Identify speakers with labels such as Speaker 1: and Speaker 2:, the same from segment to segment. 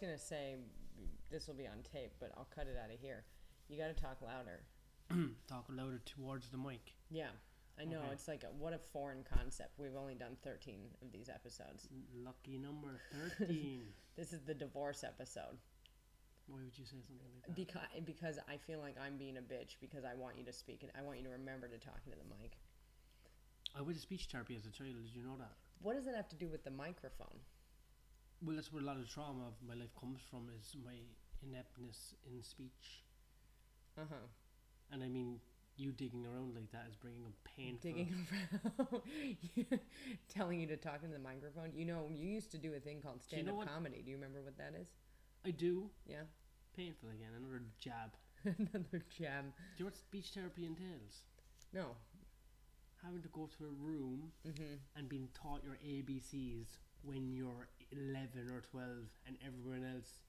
Speaker 1: gonna say this will be on tape, but I'll cut it out of here. You got to talk louder.
Speaker 2: Talk louder towards the mic.
Speaker 1: Yeah, I know.
Speaker 2: Okay.
Speaker 1: It's like a, what a foreign concept. We've only done thirteen of these episodes.
Speaker 2: Lucky number 13.
Speaker 1: This is the divorce episode
Speaker 2: Why would you say something like that?
Speaker 1: because because I feel like I'm being a bitch because I want you to speak and I want you to remember to talk into the mic.
Speaker 2: I was a speech therapy as a child, did you know that?
Speaker 1: What does it have to do with the microphone?
Speaker 2: Well, that's where a lot of trauma of my life comes from is my ineptness in speech.
Speaker 1: Uh
Speaker 2: Uh-huh.
Speaker 1: huh.
Speaker 2: And I mean, you digging around like that is bringing up painful.
Speaker 1: digging around, telling you to talk into the microphone. You know, you used to do a thing called
Speaker 2: Do you
Speaker 1: stand
Speaker 2: know
Speaker 1: up
Speaker 2: what-
Speaker 1: comedy. Do you remember what that is?
Speaker 2: I do.
Speaker 1: Yeah,
Speaker 2: Painful again. Another jab.
Speaker 1: another jam.
Speaker 2: Do you know what speech therapy entails?
Speaker 1: No.
Speaker 2: Having to go to a room
Speaker 1: Mm-hmm.
Speaker 2: and being taught your ABCs when you're 11 or 12 and everyone else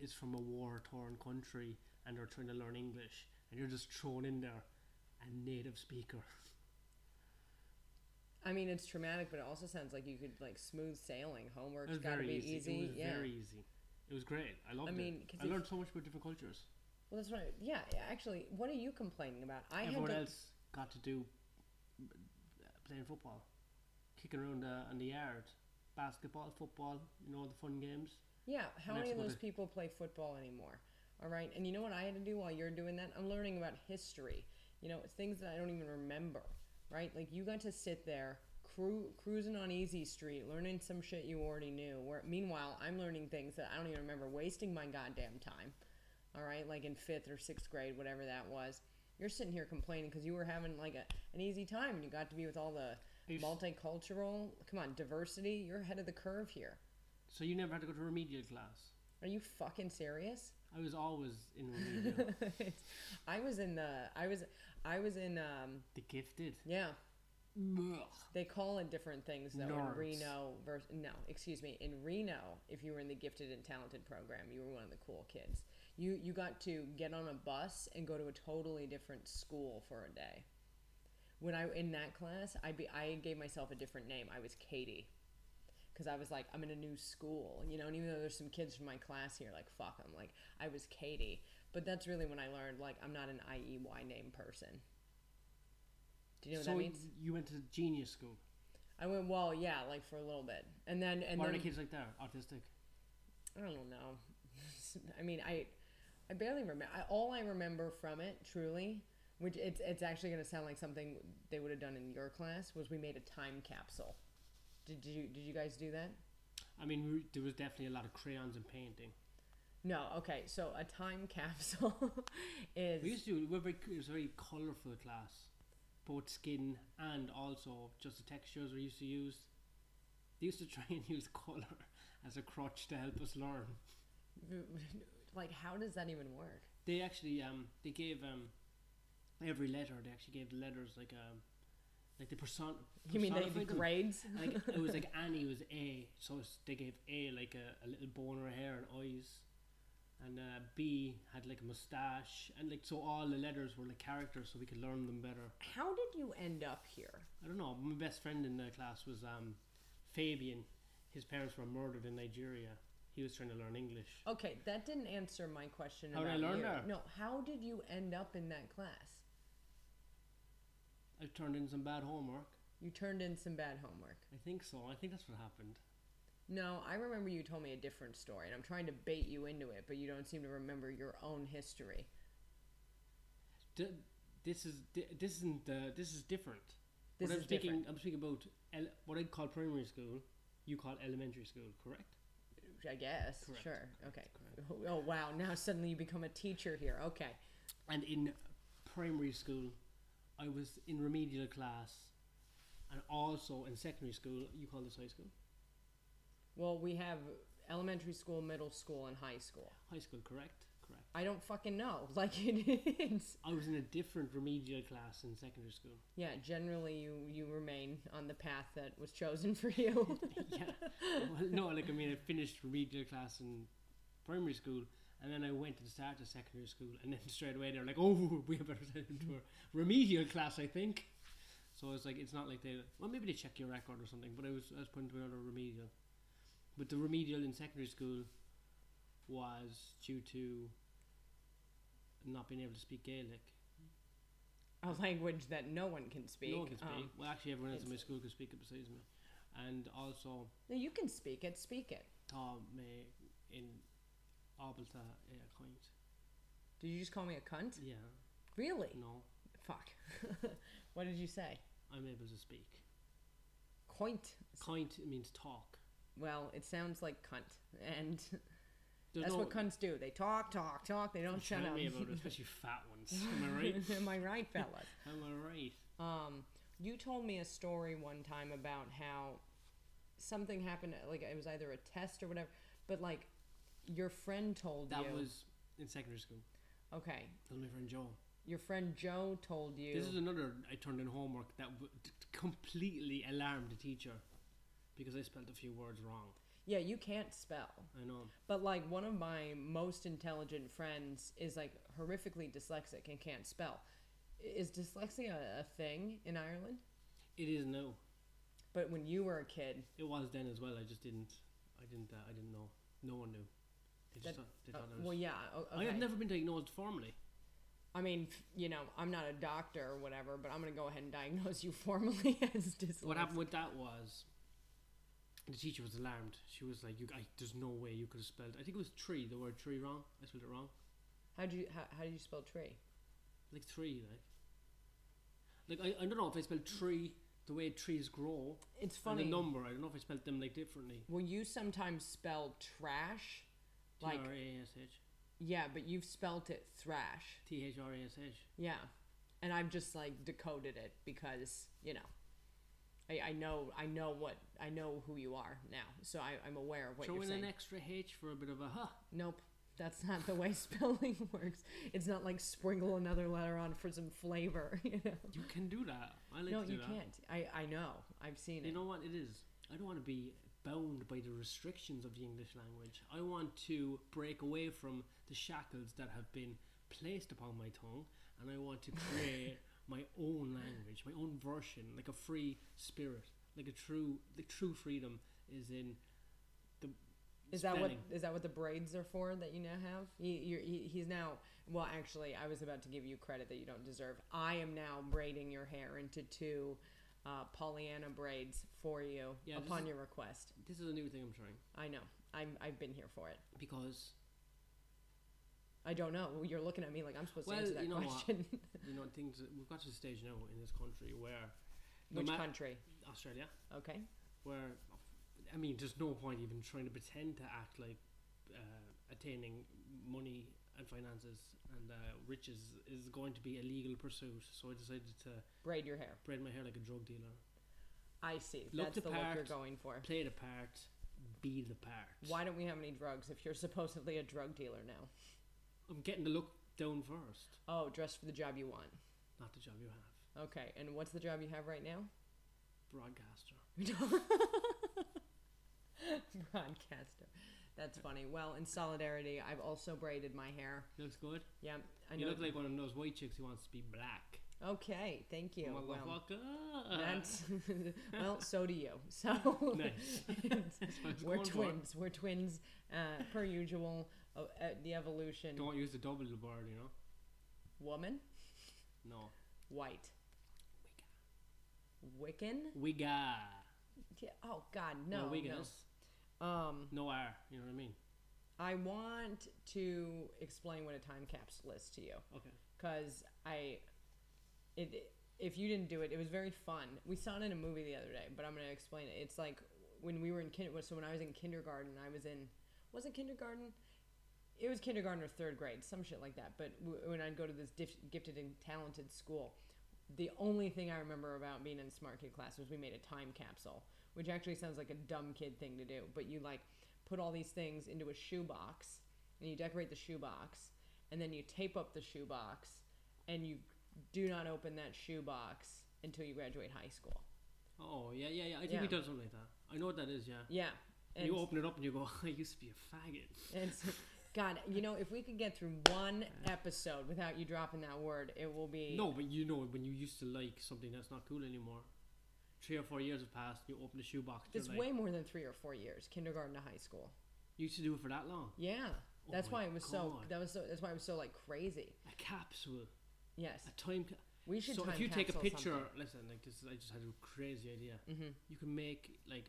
Speaker 2: is from a war torn country and they're trying to learn English and you're just thrown in there a native speaker.
Speaker 1: I mean, it's traumatic, but it also sounds like you could like smooth sailing.
Speaker 2: It
Speaker 1: Homework's
Speaker 2: was
Speaker 1: got to
Speaker 2: very
Speaker 1: be
Speaker 2: easy.
Speaker 1: easy.
Speaker 2: It was
Speaker 1: yeah.
Speaker 2: very easy. It was great. I loved
Speaker 1: mean,
Speaker 2: it.
Speaker 1: 'cause
Speaker 2: I
Speaker 1: if-
Speaker 2: learned so much about different cultures.
Speaker 1: Well, that's right. Yeah, yeah, actually, what are you complaining about? I
Speaker 2: everyone
Speaker 1: had to,
Speaker 2: else got to do uh, playing football, kicking around the, in the yard, basketball, football, you know, all the fun games.
Speaker 1: Yeah, how
Speaker 2: and
Speaker 1: many of
Speaker 2: that's what
Speaker 1: those
Speaker 2: it-
Speaker 1: people play football anymore? All right, and you know what I had to do while you're doing that? I'm learning about history. You know, things that I don't even remember. Right? Like you got to sit there cru- cruising on Easy Street, learning some shit you already knew. Where meanwhile, I'm learning things that I don't even remember, wasting my goddamn time. All right, like in fifth or sixth grade, whatever that was. You're sitting here complaining because you were having like a, an easy time and you got to be with all the
Speaker 2: You s-
Speaker 1: multicultural. Come on, diversity. You're ahead of the curve here.
Speaker 2: So you never had to go to remedial class.
Speaker 1: Are you fucking serious?
Speaker 2: I was always in remedial.
Speaker 1: I was in the I was I was in um
Speaker 2: the gifted.
Speaker 1: yeah
Speaker 2: Ugh.
Speaker 1: they call it different things though in
Speaker 2: Nerds.
Speaker 1: Reno versus no excuse me in Reno if you were in the gifted and talented program you were one of the cool kids you you got to get on a bus and go to a totally different school for a day when I in that class I be I gave myself a different name I was Katie because I was like, I'm in a new school, you know, and even though there's some kids from my class here, like, fuck them. Like, I was Katie. But that's really when I learned, like, I'm not an IEY name person. Do you know what
Speaker 2: so
Speaker 1: that means?
Speaker 2: y- you went to genius school.
Speaker 1: I went, well, yeah, like for a little bit. And then, and
Speaker 2: Why are
Speaker 1: then,
Speaker 2: the kids like that? Autistic.
Speaker 1: I don't know. I mean, I, I barely remember. I, all I remember from it, truly, which it's, it's actually going to sound like something they would have done in your class, was we made a time capsule. Did you, did you guys do that?
Speaker 2: I mean, we, there was definitely a lot of crayons and painting.
Speaker 1: No, okay. So a time capsule is
Speaker 2: We used to do. We were very, it was a very colourful class, both skin and also just the textures we used to use. They used to try and use colour as a crutch to help us learn.
Speaker 1: like how does that even work?
Speaker 2: They actually um they gave um every letter they actually gave the letters like um like the person.
Speaker 1: You mean the, the
Speaker 2: personified them.
Speaker 1: grades?
Speaker 2: like it was like Annie was A, so it's- they gave A like a, a little bone in her hair and eyes, and uh, B had like a mustache, and like so all the letters were like characters, so we could learn them better.
Speaker 1: How did you end up here?
Speaker 2: I don't know. My best friend in the class was um, Fabian. His parents were murdered in Nigeria. He was trying to learn English.
Speaker 1: Okay, that didn't answer my question
Speaker 2: How did I
Speaker 1: about
Speaker 2: learn
Speaker 1: you.
Speaker 2: that?
Speaker 1: No, how did you end up in that class?
Speaker 2: I turned in some bad homework.
Speaker 1: You turned in some bad homework.
Speaker 2: I think so. I think that's what happened.
Speaker 1: No, I remember you told me a different story, and I'm trying to bait you into it, but you don't seem to remember your own history.
Speaker 2: D- this is di- this isn't uh, this is different.
Speaker 1: This
Speaker 2: what I'm
Speaker 1: is
Speaker 2: speaking,
Speaker 1: different.
Speaker 2: I'm speaking about ele- what I'd call primary school. You call elementary school, correct?
Speaker 1: I guess.
Speaker 2: Correct,
Speaker 1: Sure. Okay. Oh wow! Now suddenly you become a teacher here. Okay.
Speaker 2: And in primary school, I was in remedial class, and also in secondary school. You call this high school?
Speaker 1: Well, we have elementary school, middle school, and high school.
Speaker 2: High school, correct? Correct.
Speaker 1: I don't fucking know. Like it is.
Speaker 2: I was in a different remedial class in secondary school.
Speaker 1: Yeah, generally you you remain on the path that was chosen for you.
Speaker 2: yeah. Well, no, like I mean, I finished remedial class in primary school, and then I went and started secondary school, and then straight away they're like, "Oh, we better send him to a remedial class," I think. So it's like it's not like they well maybe they check your record or something, but I was I was put into another remedial. But the remedial in secondary school, was due to not being able to speak Gaelic.
Speaker 1: A language that no one can speak.
Speaker 2: No one can speak.
Speaker 1: Um,
Speaker 2: well, actually, everyone else in my
Speaker 1: it's-
Speaker 2: school could speak it besides me. And also,
Speaker 1: no, you can speak it. Speak it.
Speaker 2: tá me in ábalta é a coint.
Speaker 1: Did you just call me a cunt?
Speaker 2: Yeah,
Speaker 1: Really?
Speaker 2: no,
Speaker 1: Fuck. what did you say?
Speaker 2: I'm able to speak.
Speaker 1: Coint.
Speaker 2: Coint means talk.
Speaker 1: Well, it sounds like cunt, and
Speaker 2: There's
Speaker 1: that's
Speaker 2: no,
Speaker 1: what cunts do. They talk, talk, talk. They don't shut
Speaker 2: tell
Speaker 1: up.
Speaker 2: me about it, especially fat ones. Am I right?
Speaker 1: Am I right, fellas?
Speaker 2: Am I right?
Speaker 1: Um, you told me a story one time about how something happened, like it was either a test or whatever, but like your friend told
Speaker 2: That
Speaker 1: you.
Speaker 2: was in secondary school.
Speaker 1: okay.
Speaker 2: That was my friend Joe.
Speaker 1: Your friend Joe told you.
Speaker 2: This is another I turned in homework that w- t- t- completely alarmed the teacher because I spelled a few words wrong.
Speaker 1: yeah, you can't spell.
Speaker 2: I know.
Speaker 1: But like one of my most intelligent friends is like horrifically dyslexic and can't spell. I- Is dyslexia a thing in Ireland?
Speaker 2: It is now.
Speaker 1: But when you were a kid,
Speaker 2: It was then as well. I just didn't. I didn't. Uh, I didn't know. No one knew. They
Speaker 1: That-
Speaker 2: just thought, they
Speaker 1: uh,
Speaker 2: thought I was.
Speaker 1: well, yeah. o-
Speaker 2: I
Speaker 1: okay.
Speaker 2: have never been diagnosed formally.
Speaker 1: I mean, f- you know, I'm not a doctor or whatever, but I'm going to go ahead and diagnose you formally as dyslexia.
Speaker 2: What happened with that was the teacher was alarmed. She was like, "You, I, there's no way you could have spelled. I think it was tree. The word tree wrong. I spelled it wrong.
Speaker 1: How do you how, how do you spell tree?
Speaker 2: Like three, like. Like I, I don't know if I spelled tree the way trees grow.
Speaker 1: It's
Speaker 2: And the
Speaker 1: funny.
Speaker 2: number. I don't know if I spelled them like differently.
Speaker 1: Will you sometimes spell trash? Like
Speaker 2: T R A S H.
Speaker 1: yeah, but you've spelt it thrash.
Speaker 2: T H R A S H.
Speaker 1: Yeah, and I've just like decoded it because you know, I, I know I know what I know who you are now, so I, I'm aware of what
Speaker 2: Throw
Speaker 1: you're
Speaker 2: in
Speaker 1: saying.
Speaker 2: an extra H for a bit of a huh.
Speaker 1: Nope. That's not the way spelling works. It's not like sprinkle another letter on for some flavor, you know.
Speaker 2: You can do that. I like
Speaker 1: no,
Speaker 2: to do
Speaker 1: you
Speaker 2: that.
Speaker 1: can't. I, I know. I've seen
Speaker 2: You
Speaker 1: it.
Speaker 2: know what it is? I don't want to be bound by the restrictions of the English language. I want to break away from the shackles that have been placed upon my tongue and I want to create my own language, my own version, like a free spirit. Like a true the true freedom is in the
Speaker 1: Is that what
Speaker 2: spelling.
Speaker 1: is that what the braids are for that you now have? He, you're, he, he's now well. Actually, I was about to give you credit that you don't deserve. I am now braiding your hair into two uh, Pollyanna braids for you
Speaker 2: Yeah, this
Speaker 1: upon
Speaker 2: is-
Speaker 1: your request.
Speaker 2: this is a new thing I'm trying.
Speaker 1: I know. I'm, I've been here for it.
Speaker 2: Because
Speaker 1: I don't know. You're looking at me like I'm supposed
Speaker 2: Well,
Speaker 1: to answer that
Speaker 2: you know what?
Speaker 1: question.
Speaker 2: you know things we've got to the stage now in this country where no
Speaker 1: Which
Speaker 2: ma-
Speaker 1: country?
Speaker 2: Australia
Speaker 1: Okay.
Speaker 2: where I mean, there's no point even trying to pretend to act like uh, attaining money and finances and uh, riches is going to be a legal pursuit. So I decided to
Speaker 1: Braid your hair.
Speaker 2: braid my hair like a drug dealer,
Speaker 1: I see.
Speaker 2: Look
Speaker 1: That's
Speaker 2: the
Speaker 1: the look you're
Speaker 2: part.
Speaker 1: going for.
Speaker 2: play the part, be the part.
Speaker 1: Why don't we have any drugs if you're supposedly a drug dealer now?
Speaker 2: I'm getting the look down first,
Speaker 1: Oh, dress for the job you want.
Speaker 2: not the job you have,
Speaker 1: Okay, and what's the job you have right now?
Speaker 2: broadcaster.
Speaker 1: Broadcaster. That's funny. Well, in solidarity, I've also braided my hair.
Speaker 2: Looks good.
Speaker 1: Yeah, I know.
Speaker 2: you look like one of those white chicks who wants to be black.
Speaker 1: okay, thank
Speaker 2: Oh
Speaker 1: you. Well,
Speaker 2: Motherfucker.
Speaker 1: that's well. So do you. So
Speaker 2: nice. That's what I was
Speaker 1: we're
Speaker 2: going for.
Speaker 1: twins. We're twins, uh, per usual. Uh, uh, the evolution.
Speaker 2: Don't use the double word, you know.
Speaker 1: Woman,
Speaker 2: No.
Speaker 1: white, Wiccan.
Speaker 2: Wigga.
Speaker 1: Yeah, Oh God,
Speaker 2: No,
Speaker 1: no,
Speaker 2: Wigan
Speaker 1: no.
Speaker 2: is
Speaker 1: Um,
Speaker 2: no R. You know what I mean?
Speaker 1: I want to explain what a time capsule is to you.
Speaker 2: Okay.
Speaker 1: because I, it, if you didn't do it, it was very fun. We saw it in a movie the other day, but I'm gonna explain it. It's like when we were in kind, so when I was in kindergarten, I was in, wasn't kindergarten, it was kindergarten or third grade, some shit like that. But w- when I'd go to this dif- gifted and talented school, the only thing I remember about being in smart kid class was we made a time capsule, which actually sounds like a dumb kid thing to do. But you like put all these things into a shoebox, and you decorate the shoebox, and then you tape up the shoebox, and you do not open that shoebox until you graduate high school.
Speaker 2: Oh yeah, yeah, yeah. I think
Speaker 1: Yeah.
Speaker 2: we done something like that. I know what that is. Yeah.
Speaker 1: Yeah, and,
Speaker 2: you open it up and you go, I used to be a faggot.
Speaker 1: and so- God, you know, if we could get through one episode without you dropping that word, it will be
Speaker 2: No, but you know when you used to like something that's not cool anymore. Three or four years have passed. You open the shoebox.
Speaker 1: It's
Speaker 2: you're like,
Speaker 1: way more than three or four years, kindergarten to high school.
Speaker 2: You used to do it for that long.
Speaker 1: Yeah. That's
Speaker 2: Oh my
Speaker 1: why it was so.
Speaker 2: God.
Speaker 1: That was so. That's why it was so like crazy.
Speaker 2: a capsule,
Speaker 1: Yes,
Speaker 2: a time. Ca-
Speaker 1: we should.
Speaker 2: so
Speaker 1: time
Speaker 2: if you take a
Speaker 1: capsule
Speaker 2: picture,
Speaker 1: something.
Speaker 2: listen, like this, is, I just had a crazy idea.
Speaker 1: Mhm.
Speaker 2: You can make like,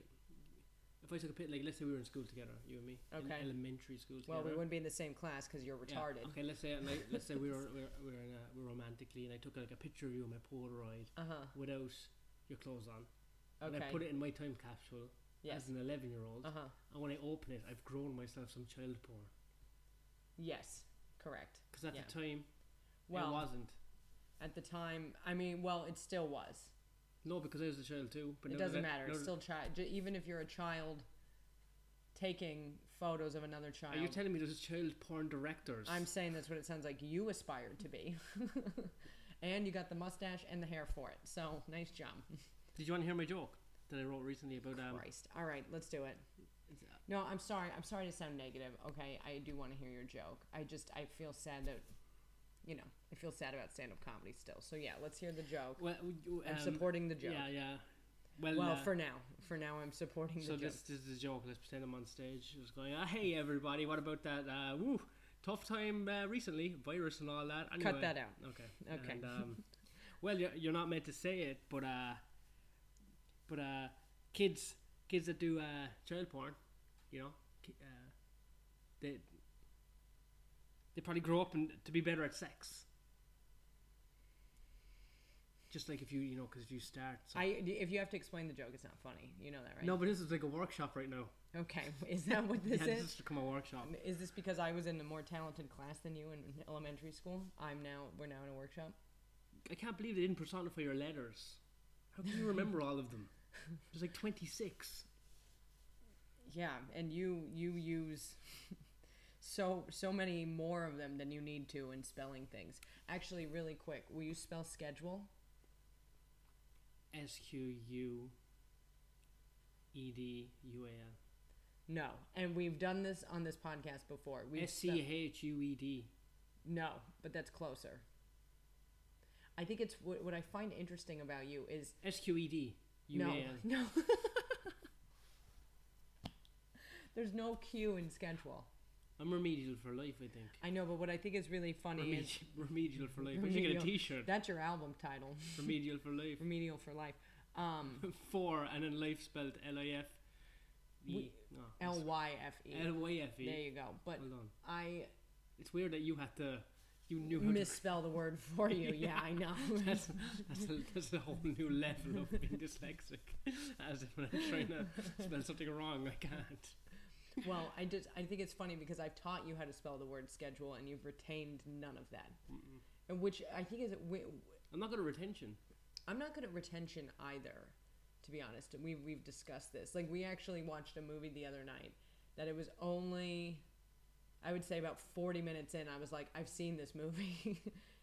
Speaker 2: if I took a picture, like let's say we were in school together, you and me, in
Speaker 1: Okay.
Speaker 2: elementary school together.
Speaker 1: Well, we wouldn't be in the same class because you're
Speaker 2: Yeah,
Speaker 1: retarded.
Speaker 2: Okay, let's say like, let's say we were we were, we were, in a, we were romantically, and I took like a picture of you in my Polaroid
Speaker 1: Uh
Speaker 2: without your clothes on,
Speaker 1: huh.
Speaker 2: and
Speaker 1: Okay.
Speaker 2: I put it in my time capsule
Speaker 1: yes.
Speaker 2: as an eleven-year-old,
Speaker 1: Uh huh.
Speaker 2: and when I open it, I've grown myself some child porn
Speaker 1: Yes. Correct.
Speaker 2: because at
Speaker 1: Yeah.
Speaker 2: the time it
Speaker 1: Well-
Speaker 2: wasn't.
Speaker 1: At the time, I mean, well, it still was.
Speaker 2: No, because I was a child too. But
Speaker 1: it
Speaker 2: now
Speaker 1: doesn't
Speaker 2: that-
Speaker 1: matter.
Speaker 2: now
Speaker 1: It's
Speaker 2: that-
Speaker 1: still child. Even if you're a child taking photos of another child,
Speaker 2: Are you telling me there's child porn directors?
Speaker 1: I'm saying that's what it sounds like you aspired to be. and you got the mustache and the hair for it. So nice job.
Speaker 2: Did you want to hear my joke that I wrote recently about um?
Speaker 1: Christ. All right, let's do it.
Speaker 2: it's, uh,
Speaker 1: No, I'm sorry. I'm sorry to sound negative. Okay, I do want to hear your joke. I just I feel sad that you know, I feel sad about stand-up comedy still. So yeah, let's hear the joke.
Speaker 2: Well, you, um,
Speaker 1: I'm supporting the joke.
Speaker 2: Yeah, yeah. Well,
Speaker 1: well,
Speaker 2: uh,
Speaker 1: for now. For now I'm supporting the
Speaker 2: so
Speaker 1: joke.
Speaker 2: this, this is a joke. Let's pretend I'm on stage. It was going, uh, hey everybody, what about that? Uh, woo, tough time uh, recently, virus and all that. Anyway,
Speaker 1: Cut that out.
Speaker 2: Okay.
Speaker 1: Okay.
Speaker 2: And, um, well, you're, you're not meant to say it, but uh, but uh, kids kids that do uh, child porn, you know, ki- uh, they they probably grow up and to be better at sex. Just like if you you know, because if you start. some-
Speaker 1: I if you have to explain the joke, it's not funny. You know that, right?
Speaker 2: No, but this is like a workshop right now.
Speaker 1: Okay. Is that what this
Speaker 2: yeah,
Speaker 1: is? Um,
Speaker 2: this has become a workshop.
Speaker 1: Is this because I was in a more talented class than you in elementary school? I'm now we're now in a workshop.
Speaker 2: I can't believe they didn't personify your letters. How can you remember all of them? There's like 26.
Speaker 1: Yeah, and you you use so so many more of them than you need to in spelling things. Actually, really quick, will you spell schedule?
Speaker 2: S Q U E D U A L.
Speaker 1: No, and we've done this on this podcast before. We
Speaker 2: S C H U E D.
Speaker 1: No, but that's closer. I think it's what, what I find interesting about you is
Speaker 2: S Q E D U A
Speaker 1: no,
Speaker 2: L.
Speaker 1: no. There's no Q in schedule.
Speaker 2: I'm remedial for life, I think.
Speaker 1: I know, but what I think is really funny is
Speaker 2: Remedi- remedial for life. I should get a
Speaker 1: Remedial.
Speaker 2: t shirt.
Speaker 1: that's your album title,
Speaker 2: Remedial for life.
Speaker 1: Remedial for Life. Um,
Speaker 2: Four, and then life spelled L I F E.
Speaker 1: We-
Speaker 2: No,
Speaker 1: L Y F E.
Speaker 2: L Y F
Speaker 1: There
Speaker 2: E.
Speaker 1: you go. But
Speaker 2: Hold on.
Speaker 1: I
Speaker 2: It's weird that you had to. You knew how to
Speaker 1: misspell the word for you. Yeah, I know.
Speaker 2: That's, that's, a, that's a whole new level of being dyslexic. As if when I'm trying to spell something wrong, I can't.
Speaker 1: well, I just I think it's funny because I've taught you how to spell the word schedule, and you've retained none of that. And Which I think is wi-
Speaker 2: I'm not good at retention.
Speaker 1: I'm not good at retention either, to be honest. And we we've discussed this. Like we actually watched a movie the other night that it was only I would say about 40 minutes in I was like I've seen this movie.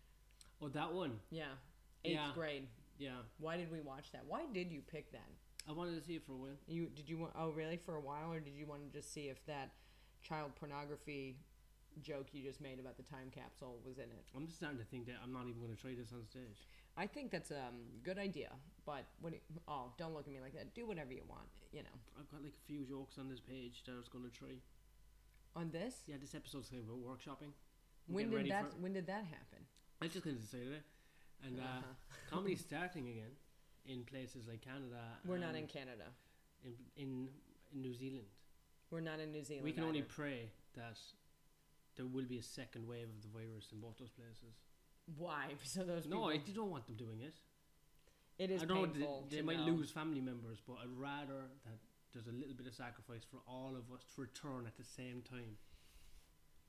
Speaker 2: Oh, that one.
Speaker 1: yeah. 8th
Speaker 2: Yeah.
Speaker 1: grade.
Speaker 2: Yeah.
Speaker 1: Why did we watch that? Why did you pick that?
Speaker 2: I wanted to see it for a while.
Speaker 1: You did you want oh really for a while or did you want to just see if that child pornography joke you just made about the time capsule was in it?
Speaker 2: I'm just starting to think that I'm not even going to try this on stage.
Speaker 1: I think that's a um, good idea, but what do you- oh don't look at me like that. Do whatever you want, you know.
Speaker 2: I've got like a few jokes on this page that I was going to try.
Speaker 1: On this,
Speaker 2: Yeah, this episode's kind of about workshopping. I'm
Speaker 1: When
Speaker 2: getting
Speaker 1: did
Speaker 2: ready
Speaker 1: that?
Speaker 2: for-
Speaker 1: When did that happen?
Speaker 2: I just kind of decided it. And uh,
Speaker 1: Uh-huh.
Speaker 2: comedy's starting again in places like Canada.
Speaker 1: We're not
Speaker 2: and
Speaker 1: in Canada.
Speaker 2: in, in, in New Zealand.
Speaker 1: We're not in New Zealand.
Speaker 2: We can only
Speaker 1: either.
Speaker 2: pray that there will be a second wave of the virus in both those places.
Speaker 1: Why? So those people.
Speaker 2: No, I don't want them doing it.
Speaker 1: it is
Speaker 2: I don't.
Speaker 1: painful.
Speaker 2: they
Speaker 1: to
Speaker 2: they might
Speaker 1: know.
Speaker 2: lose family members, but I'd rather that there's a little bit of sacrifice for all of us to return at the same time,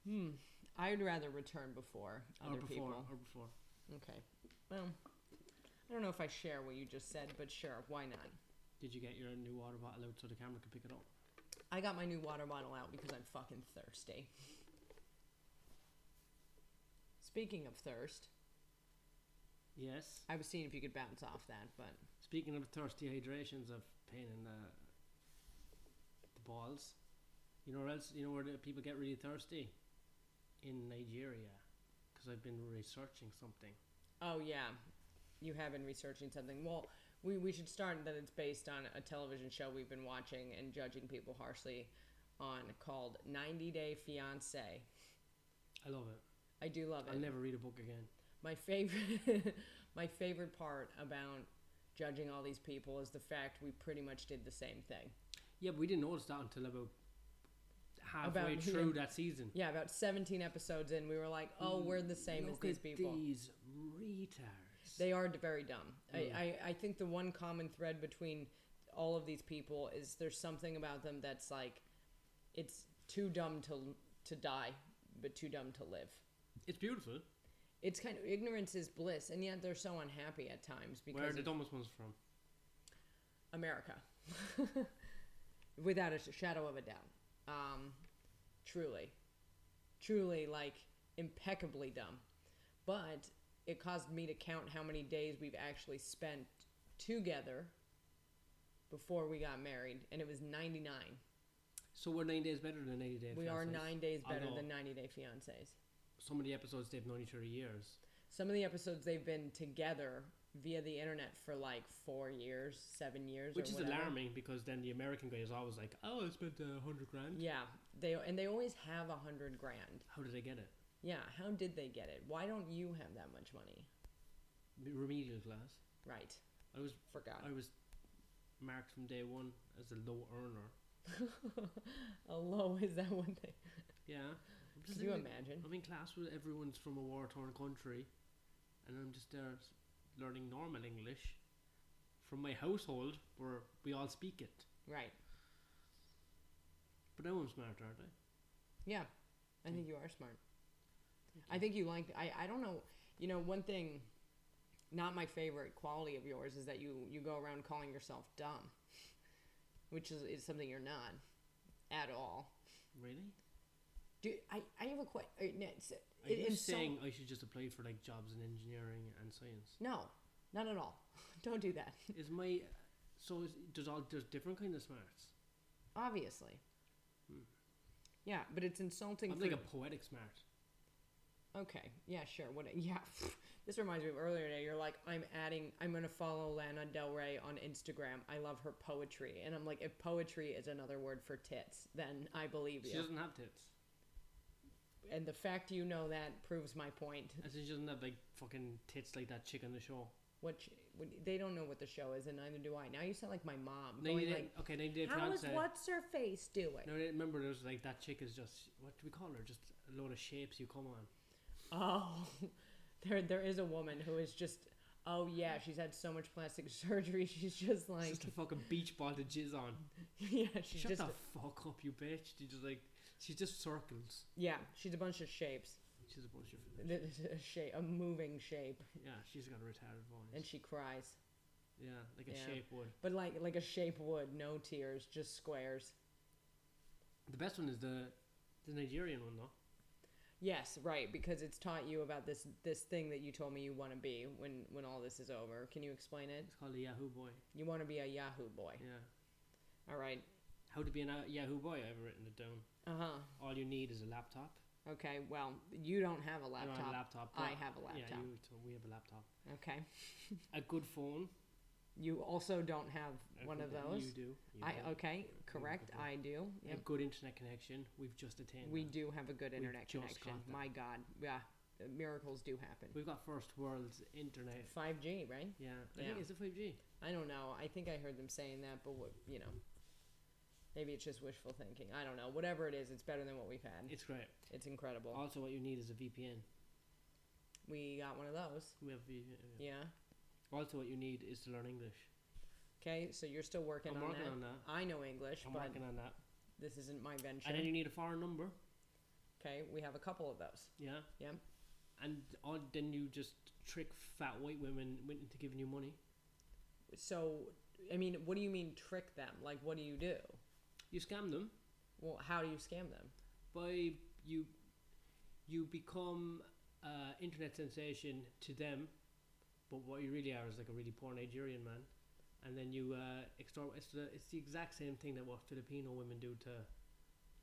Speaker 1: Hmm. I'd rather return before other
Speaker 2: or Oh, before,
Speaker 1: people.
Speaker 2: or before.
Speaker 1: Okay. Well, I don't know if I share what you just said, but sure, why not?
Speaker 2: Did you get your new water bottle out so the camera could pick it up?
Speaker 1: I got my new water bottle out because I'm fucking thirsty. Speaking of thirst,
Speaker 2: Yes.
Speaker 1: I was seeing if you could bounce off that, but
Speaker 2: Speaking of thirsty hydrations of pain in the, the balls, you know where else? You know where the people get really thirsty? In Nigeria, because I've been researching something.
Speaker 1: Oh yeah, you have been researching something. Well, we we should start that it's based on a television show we've been watching and judging people harshly on called 90 Day Fiance.
Speaker 2: I love it.
Speaker 1: I do love
Speaker 2: I'll
Speaker 1: it.
Speaker 2: never read a book again.
Speaker 1: My favorite, my favorite part about judging all these people is the fact we pretty much did the same thing.
Speaker 2: Yeah, but we didn't notice that until about halfway
Speaker 1: About-
Speaker 2: through that season.
Speaker 1: Yeah, about 17 episodes in, we were like, oh, we're the same as
Speaker 2: Look
Speaker 1: these
Speaker 2: at
Speaker 1: people.
Speaker 2: These retards.
Speaker 1: They are d- very dumb.
Speaker 2: Mm.
Speaker 1: I, I, I think the one common thread between all of these people is there's something about them that's like, it's too dumb to to die, but too dumb to live.
Speaker 2: it's beautiful.
Speaker 1: It's kind of ignorance is bliss, and yet they're so unhappy at times
Speaker 2: Where are
Speaker 1: because
Speaker 2: the
Speaker 1: of
Speaker 2: dumbest ones from?
Speaker 1: America, without a sh- shadow of a doubt. Um, truly, truly, like impeccably dumb. But it caused me to count how many days we've actually spent together before we got married, and it was 99.
Speaker 2: So we're nine days better than 80 days.
Speaker 1: We are nine days better
Speaker 2: Although-
Speaker 1: than 90 Day Fiancés.
Speaker 2: Some of the episodes they've known each other years.
Speaker 1: Some of the episodes they've been together via the internet for like four years, seven years,
Speaker 2: Which
Speaker 1: or
Speaker 2: is
Speaker 1: whatever.
Speaker 2: alarming because then the American guy is always like, oh, I spent a hundred grand.
Speaker 1: Yeah, they and they always have a hundred grand.
Speaker 2: How did I get it?
Speaker 1: Yeah, how did they get it? Why don't you have that much money?
Speaker 2: Remedial class.
Speaker 1: Right.
Speaker 2: I was
Speaker 1: Forgot.
Speaker 2: I was marked from day one as a low earner.
Speaker 1: A low is that one thing.
Speaker 2: Yeah.
Speaker 1: Could you imagine?
Speaker 2: I'm in class with everyone's from a war torn country, and I'm just there s- learning normal English from my household where we all speak it.
Speaker 1: Right.
Speaker 2: But now I'm smart, aren't I?
Speaker 1: Yeah. I think you are smart. I think you like I, I don't know you know, one thing not my favorite quality of yours is that you, you go around calling yourself dumb. Which is, is something you're not at all.
Speaker 2: Really?
Speaker 1: Do I, I have a uh, question.
Speaker 2: Are you saying I should just apply for like jobs in engineering and science?
Speaker 1: No, not at all. Don't do that.
Speaker 2: Is my so is, there's all there's different kind of smarts.
Speaker 1: Obviously. Yeah, but it's insulting.
Speaker 2: Hmm. I'm
Speaker 1: for-
Speaker 2: like a poetic smart.
Speaker 1: Okay. Yeah. Sure. What? Yeah. This reminds me of earlier today. You're like, I'm adding. I'm gonna follow Lana Del Rey on Instagram. I love her poetry, and I'm like, if poetry is another word for tits, then I believe
Speaker 2: She
Speaker 1: you.
Speaker 2: doesn't have tits.
Speaker 1: And the fact you know that proves my point.
Speaker 2: And she doesn't have like fucking tits like that chick on the show.
Speaker 1: What she- what- they don't know what the show is, and neither do I. Now you sound like my mom.
Speaker 2: No, you
Speaker 1: Going
Speaker 2: did
Speaker 1: like,
Speaker 2: okay, they did
Speaker 1: how is
Speaker 2: fiance.
Speaker 1: what's her face doing?
Speaker 2: No, they- remember there's like that chick is just what do we call her? Just a load of shapes you come on.
Speaker 1: Oh, there there is a woman who is just. Oh yeah, she's had so much plastic surgery. She's just
Speaker 2: It's
Speaker 1: like,
Speaker 2: just a fucking beach ball to jizz on.
Speaker 1: yeah, she's
Speaker 2: Shut
Speaker 1: just
Speaker 2: the fuck up, you bitch. She just like she's just circles.
Speaker 1: Yeah, she's a bunch of shapes.
Speaker 2: She's a bullshit for
Speaker 1: Th- th- A shape, a moving shape,
Speaker 2: Yeah, she's got a retarded voice.
Speaker 1: and she cries.
Speaker 2: yeah, like a
Speaker 1: Yeah.
Speaker 2: shape would.
Speaker 1: But like like a shape would, no tears, just squares.
Speaker 2: The best one is the the Nigerian one though.
Speaker 1: Yes, right, because it's taught you about this this thing that you told me you want to be when when all this is over. Can you explain it?
Speaker 2: It's called a Yahoo boy.
Speaker 1: You want to be a Yahoo boy.
Speaker 2: Yeah.
Speaker 1: All right.
Speaker 2: How to be a Na- Yahoo boy? I've written it down.
Speaker 1: Uh huh.
Speaker 2: All you need is a laptop.
Speaker 1: Okay. Well, you don't have a
Speaker 2: I don't
Speaker 1: laptop.
Speaker 2: have a laptop.
Speaker 1: I
Speaker 2: but-
Speaker 1: have a
Speaker 2: Yeah,
Speaker 1: laptop.
Speaker 2: you, t- we have a laptop.
Speaker 1: Okay.
Speaker 2: A good phone.
Speaker 1: You also don't have
Speaker 2: I
Speaker 1: one of
Speaker 2: think
Speaker 1: those.
Speaker 2: You do. You
Speaker 1: I
Speaker 2: do.
Speaker 1: okay. Correct.
Speaker 2: okay.
Speaker 1: I do.
Speaker 2: A
Speaker 1: Yep.
Speaker 2: good internet connection. We've just attained.
Speaker 1: We
Speaker 2: that.
Speaker 1: do have a good
Speaker 2: We've
Speaker 1: internet
Speaker 2: uh, just
Speaker 1: connection.
Speaker 2: got that.
Speaker 1: My God. Yeah. Miracles do happen.
Speaker 2: We've got first world internet.
Speaker 1: 5G, right?
Speaker 2: Yeah. I
Speaker 1: Yeah.
Speaker 2: think it's a five G.
Speaker 1: I don't know. I think I heard them saying that, but what, you know, maybe it's just wishful thinking. I don't know. Whatever it is, it's better than what we've had.
Speaker 2: It's great.
Speaker 1: It's incredible.
Speaker 2: Also, what you need is a VPN.
Speaker 1: We got one of those.
Speaker 2: We have VPN.
Speaker 1: Yeah.
Speaker 2: Also, what you need is to learn English.
Speaker 1: Okay. So you're still working
Speaker 2: I'm
Speaker 1: on
Speaker 2: working
Speaker 1: that.
Speaker 2: on that.
Speaker 1: I know English,
Speaker 2: I'm
Speaker 1: but
Speaker 2: working on that.
Speaker 1: this isn't my venture.
Speaker 2: And then you need a foreign number.
Speaker 1: Okay. We have a couple of those.
Speaker 2: Yeah.
Speaker 1: Yeah.
Speaker 2: And all, then you just trick fat white women went into giving you money.
Speaker 1: So, I mean, what do you mean trick them? Like, what do you do?
Speaker 2: You scam them
Speaker 1: Well, how do you scam them?
Speaker 2: by you. You become uh, internet sensation to them, but what you really are is like a really poor Nigerian man, and then you uh, extort. It's the, it's the exact same thing that what Filipino women do to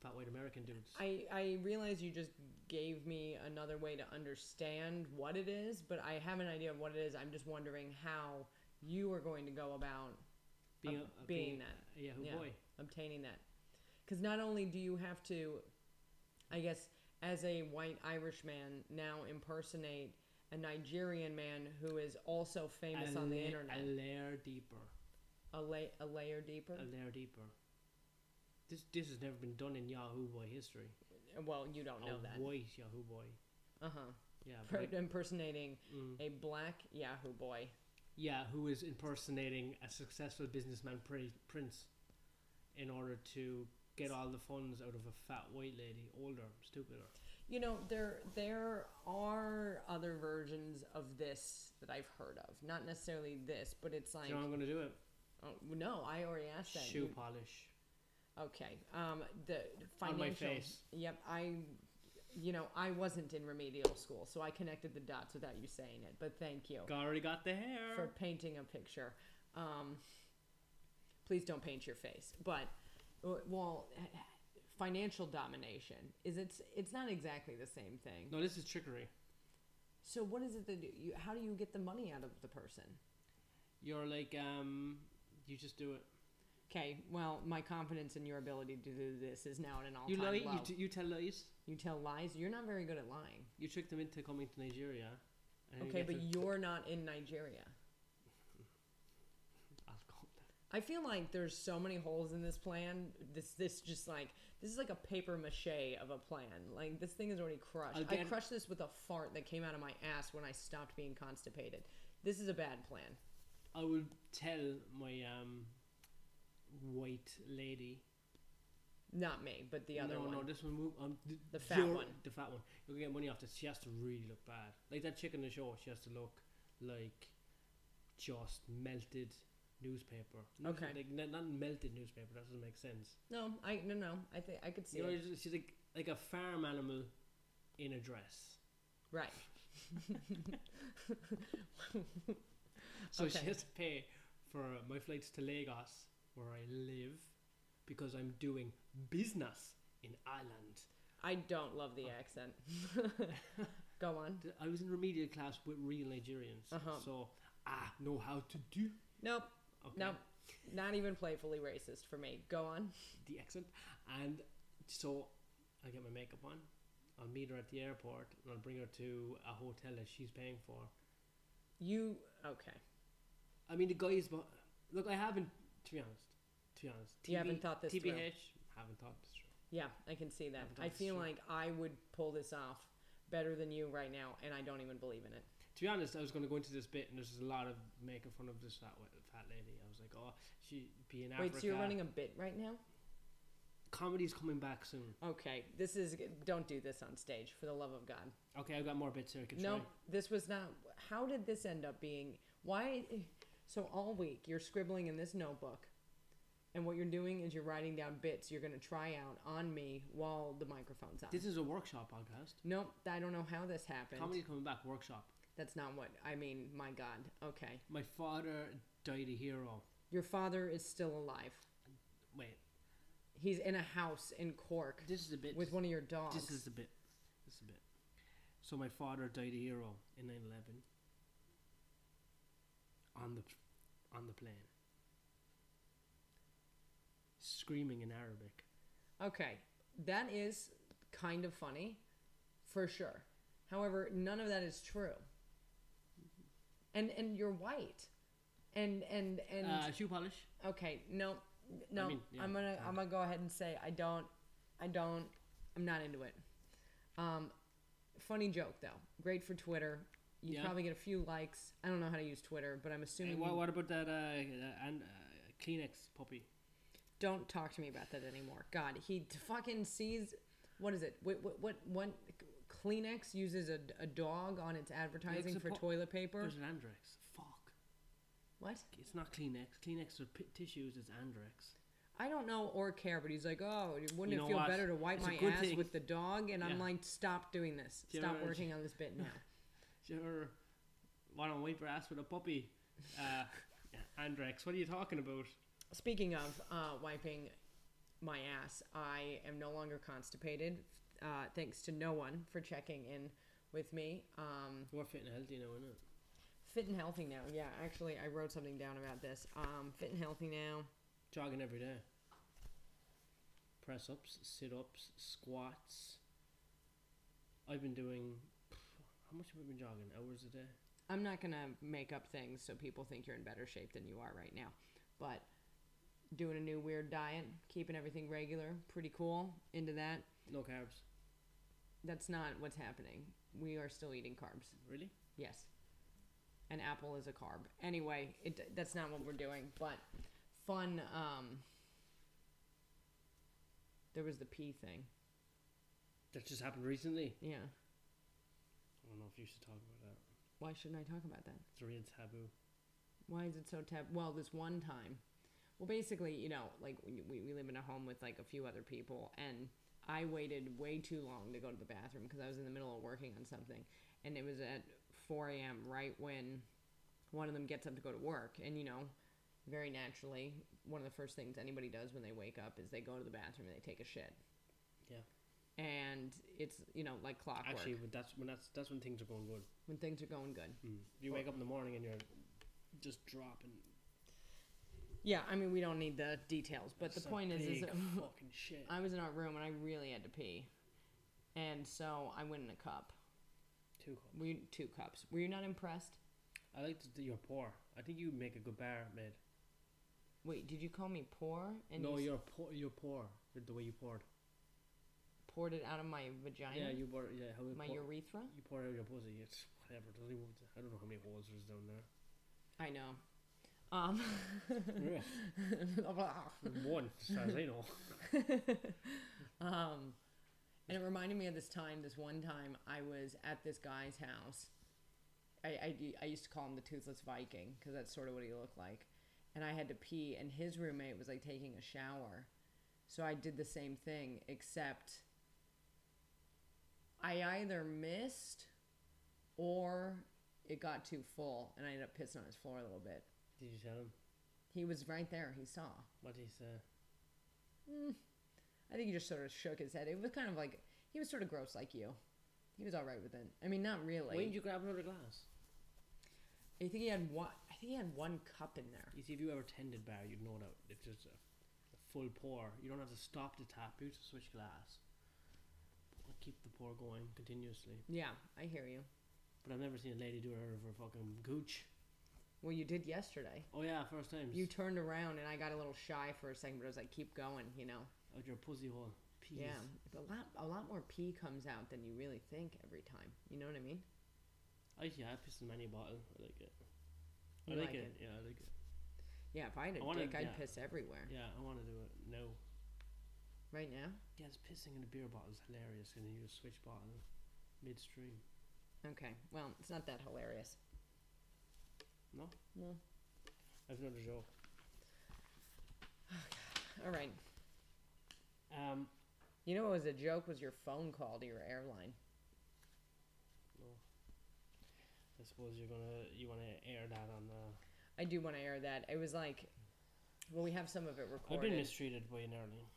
Speaker 2: fat white American dudes.
Speaker 1: I, I realize you just gave me another way to understand what it is, but I have an idea of what it is. I'm just wondering how you are going to go about
Speaker 2: being,
Speaker 1: ob-
Speaker 2: a-
Speaker 1: being that.
Speaker 2: a Yahoo
Speaker 1: Yeah.
Speaker 2: boy.
Speaker 1: obtaining that. Because not only do you have to, I guess, as a white Irish man, now impersonate a Nigerian man who is also famous
Speaker 2: a
Speaker 1: on the
Speaker 2: la-
Speaker 1: internet.
Speaker 2: A layer deeper.
Speaker 1: A, la- a layer deeper.
Speaker 2: A layer deeper. This this has never been done in Yahoo Boy history.
Speaker 1: well, you don't know
Speaker 2: a
Speaker 1: that.
Speaker 2: white Yahoo Boy.
Speaker 1: Uh huh.
Speaker 2: Yeah,
Speaker 1: For
Speaker 2: but-
Speaker 1: impersonating
Speaker 2: mm.
Speaker 1: a black Yahoo boy.
Speaker 2: yeah, who is impersonating a successful businessman pri- prince in order to get all the funds out of a fat white lady, older, stupider.
Speaker 1: You know, there there are other versions of this that I've heard of. Not necessarily this, but it's
Speaker 2: Do
Speaker 1: like
Speaker 2: you know how I'm gonna do it?
Speaker 1: oh, no, I already asked that.
Speaker 2: Shoe
Speaker 1: You-
Speaker 2: polish.
Speaker 1: Okay. Um, the
Speaker 2: On
Speaker 1: financial.
Speaker 2: my face.
Speaker 1: Yep. I, you know, I wasn't in remedial school, so I connected the dots without you saying it. But thank you
Speaker 2: Got- Already got the hair.
Speaker 1: for painting a picture. Um, please don't paint your face. But w- well, eh, financial domination is it's it's not exactly the same thing.
Speaker 2: no, this is trickery.
Speaker 1: So what is it that you? How do you get the money out of the person?
Speaker 2: You're like um, you just do it.
Speaker 1: Okay. Well, my confidence in your ability to do this is now at an
Speaker 2: You
Speaker 1: all-time
Speaker 2: lie.
Speaker 1: low.
Speaker 2: You, t- you tell lies.
Speaker 1: you tell lies. You're not very good at lying.
Speaker 2: You trick them into coming to Nigeria. and then you
Speaker 1: Okay,
Speaker 2: get
Speaker 1: but
Speaker 2: to-
Speaker 1: you're not in Nigeria.
Speaker 2: I'll go with that.
Speaker 1: I feel like there's so many holes in this plan. This this just like this is like a paper mache of a plan. Like this thing is already crushed.
Speaker 2: I'll
Speaker 1: I
Speaker 2: get-
Speaker 1: crushed this with a fart that came out of my ass when I stopped being constipated. This is a bad plan.
Speaker 2: I will tell my um, white lady.
Speaker 1: Not me, but the other
Speaker 2: no,
Speaker 1: one.
Speaker 2: no, this one. Move, um, th-
Speaker 1: The fat
Speaker 2: you're-
Speaker 1: one.
Speaker 2: The fat one. You're gonna get money off this. She has to really look bad. Like that chick on the show. She has to look like just melted newspaper. Not-
Speaker 1: Okay.
Speaker 2: Like not, not melted newspaper. That doesn't make sense.
Speaker 1: No, I no no. I think I could see
Speaker 2: You know,
Speaker 1: it.
Speaker 2: she's- she's like like a farm animal in a dress.
Speaker 1: Right.
Speaker 2: So she
Speaker 1: Okay.
Speaker 2: has to pay for my flights to Lagos, where I live, because I'm doing business in Ireland.
Speaker 1: I don't love the accent. Go on.
Speaker 2: Th- I was in remedial class with real Nigerians,
Speaker 1: Uh-huh.
Speaker 2: so I know how to do.
Speaker 1: Nope.
Speaker 2: Okay.
Speaker 1: Nope. Not even playfully racist for me. Go on.
Speaker 2: The accent, and so I get my makeup on. I'll meet her at the airport, and I'll bring her to a hotel that she's paying for.
Speaker 1: You okay.
Speaker 2: I mean, the guy is. bu- Look, I haven't. To be honest, to be honest,
Speaker 1: You haven't thought this through.
Speaker 2: TBH, haven't thought this through.
Speaker 1: Yeah, I can see that.
Speaker 2: I've done
Speaker 1: I feel
Speaker 2: so-
Speaker 1: like I would pull this off better than you right now, and I don't even believe in it.
Speaker 2: To be honest, I was going to go into this bit, and there's a lot of making fun of this fat, wa- fat lady. I was like, oh, she be in Africa.
Speaker 1: Wait, so you're running a bit right now?
Speaker 2: Comedy's coming back soon.
Speaker 1: Okay, this is don't do this on stage for the love of God.
Speaker 2: Okay, I've got more bits here. I can
Speaker 1: No,
Speaker 2: try.
Speaker 1: this was not. How did this end up being? Why? So all week you're scribbling in this notebook, and what you're doing is you're writing down bits you're going to try out on me while the microphone's on.
Speaker 2: This is a workshop podcast.
Speaker 1: nope, I don't know how this happened.
Speaker 2: Comedy's coming back, workshop.
Speaker 1: That's not what I mean. My God. Okay,
Speaker 2: My father died a hero.
Speaker 1: your father is still alive.
Speaker 2: Wait,
Speaker 1: He's in a house in Cork.
Speaker 2: this is a bit.
Speaker 1: with one of your dogs.
Speaker 2: This is a bit. This is a bit. So my father died a hero in 9 11 on the, on the plane, screaming in Arabic.
Speaker 1: okay. That is kind of funny, for sure. However, none of that is true. And and you're white, and and and
Speaker 2: Uh, shoe polish.
Speaker 1: okay, no, no, I
Speaker 2: I mean, yeah,
Speaker 1: am gonna
Speaker 2: yeah.
Speaker 1: I'm gonna go ahead and say I don't, I don't, I'm not into it. Um, funny joke though, great for Twitter. You
Speaker 2: Yeah.
Speaker 1: probably get a few likes. I don't know how to use Twitter, but I'm
Speaker 2: Hey,
Speaker 1: assuming.
Speaker 2: what,
Speaker 1: you-
Speaker 2: what about that uh, uh, and uh, Kleenex puppy?
Speaker 1: don't talk to me about that anymore. God, he t- fucking sees. What is it? What what what? what Kleenex uses a, a dog on its advertising
Speaker 2: Makes a
Speaker 1: for
Speaker 2: po-
Speaker 1: toilet paper.
Speaker 2: There's an Andrex. Fuck.
Speaker 1: What?
Speaker 2: It's not Kleenex. Kleenex are pit tissues. It's Andrex.
Speaker 1: I don't know or care, but he's like, oh, wouldn't
Speaker 2: You
Speaker 1: it
Speaker 2: know
Speaker 1: feel
Speaker 2: what?
Speaker 1: better to wipe
Speaker 2: It's a
Speaker 1: my
Speaker 2: good
Speaker 1: ass
Speaker 2: thing.
Speaker 1: with the dog? And I'm
Speaker 2: Yeah.
Speaker 1: like, stop doing this.
Speaker 2: Do you
Speaker 1: Stop
Speaker 2: ever-
Speaker 1: working on this bit now.
Speaker 2: Do you ever want to wipe your ass with a puppy? Uh, Andrex. What are you talking about?
Speaker 1: Speaking of uh, wiping my ass, I am no longer constipated. Uh, thanks to no one for checking in with me. Um,
Speaker 2: We're fit and healthy now, innit?
Speaker 1: Fit and healthy now. Yeah, actually, I wrote something down about this. Um, fit and healthy now.
Speaker 2: Jogging every day. Press ups, sit ups, squats, I've been doing. How much have I been jogging? Hours a day.
Speaker 1: I'm not gonna make up things so people think you're in better shape than you are right now, but doing a new weird diet, keeping everything regular, pretty cool. Into that.
Speaker 2: No carbs.
Speaker 1: That's not what's happening. We are still eating carbs.
Speaker 2: Really?
Speaker 1: Yes. An apple is a carb. Anyway, it, that's not what we're doing, but fun. Um, there was the pee thing.
Speaker 2: That just happened recently.
Speaker 1: Yeah.
Speaker 2: I don't know if you should talk about that.
Speaker 1: Why shouldn't I talk about that?
Speaker 2: It's a real taboo.
Speaker 1: Why is it so tab? Well, this one time. Well, basically, you know, like we, we we live in a home with like a few other people, and I waited way too long to go to the bathroom because I was in the middle of working on something, and it was at 4 a.m. right when one of them gets up to go to work, and you know, very naturally, one of the first things anybody does when they wake up is they go to the bathroom and they take a shit.
Speaker 2: Yeah.
Speaker 1: And it's you know like clockwork
Speaker 2: Actually, when that's when that's that's when things are going good.
Speaker 1: when things are going good.
Speaker 2: If you wake up in the morning and you're just dropping.
Speaker 1: Yeah, I mean we don't need the details, but the
Speaker 2: some
Speaker 1: point is, is
Speaker 2: big
Speaker 1: that
Speaker 2: fucking shit.
Speaker 1: I was in our room and I really had to pee, and so I went in a cup.
Speaker 2: Too cold.
Speaker 1: Were you two cups? Were you not impressed?
Speaker 2: I like to do your pour. I think you make a good bar, mate.
Speaker 1: Wait, did you call me poor? And you
Speaker 2: no,
Speaker 1: s-
Speaker 2: your pour, your pour, the way you poured.
Speaker 1: poured it out of my vagina,
Speaker 2: Yeah, you pour. Yeah, how you
Speaker 1: my
Speaker 2: pour,
Speaker 1: urethra.
Speaker 2: you pour out your pussy. It's whatever. Doesn't even, I don't know how many holes there's down there.
Speaker 1: I know. Um,
Speaker 2: One, as far as I know.
Speaker 1: um, and it reminded me of this time. This one time, I was at this guy's house. I, I, I used to call him the toothless Viking because that's sort of what he looked like. And I had to pee, and his roommate was like taking a shower. So I did the same thing, except I either missed or it got too full, and I ended up pissing on his floor a little bit.
Speaker 2: Did you tell him?
Speaker 1: He was right there, he saw.
Speaker 2: What did he say?
Speaker 1: I think he just sort of shook his head. It was kind of like he was sort of gross, like you. He was all right with it. I mean, not really.
Speaker 2: Why didn't you grab another glass?
Speaker 1: I think he had one. I think he had one cup in there.
Speaker 2: You see, if you ever tended bar, you'd know that it's just a, a full pour. You don't have to stop the tap. You just switch glass. But keep the pour going continuously.
Speaker 1: Yeah, I hear you.
Speaker 2: But I've never seen a lady do it out of her fucking gooch.
Speaker 1: Well, you did yesterday.
Speaker 2: Oh yeah, first time.
Speaker 1: You turned around and I got a little shy for a second, but I was like, "Keep going," you know.
Speaker 2: out your pussy hole. Peas.
Speaker 1: Yeah, But a lot, a lot more pee comes out than you really think every time. You know what I mean?
Speaker 2: I yeah, I piss in any bottle. I like it. I
Speaker 1: You
Speaker 2: like,
Speaker 1: like
Speaker 2: it. Yeah, I like it.
Speaker 1: Yeah. If I had a
Speaker 2: I wanna-
Speaker 1: dick, I'd
Speaker 2: yeah.
Speaker 1: piss everywhere
Speaker 2: Yeah, I want to do it. No.
Speaker 1: right now.
Speaker 2: Yeah, it's pissing in a beer bottle is hilarious, and then you just switch bottle midstream.
Speaker 1: Okay. Well, it's not that hilarious.
Speaker 2: No,
Speaker 1: No.
Speaker 2: that's not a joke.
Speaker 1: All right.
Speaker 2: Um,
Speaker 1: You know what was a joke? Was your phone call to your airline?
Speaker 2: no. I suppose you're gonna you want to air that on. Uh,
Speaker 1: I do want to air that. It was like, well, we have some of it
Speaker 2: I've been
Speaker 1: recorded.
Speaker 2: mistreated by an airline.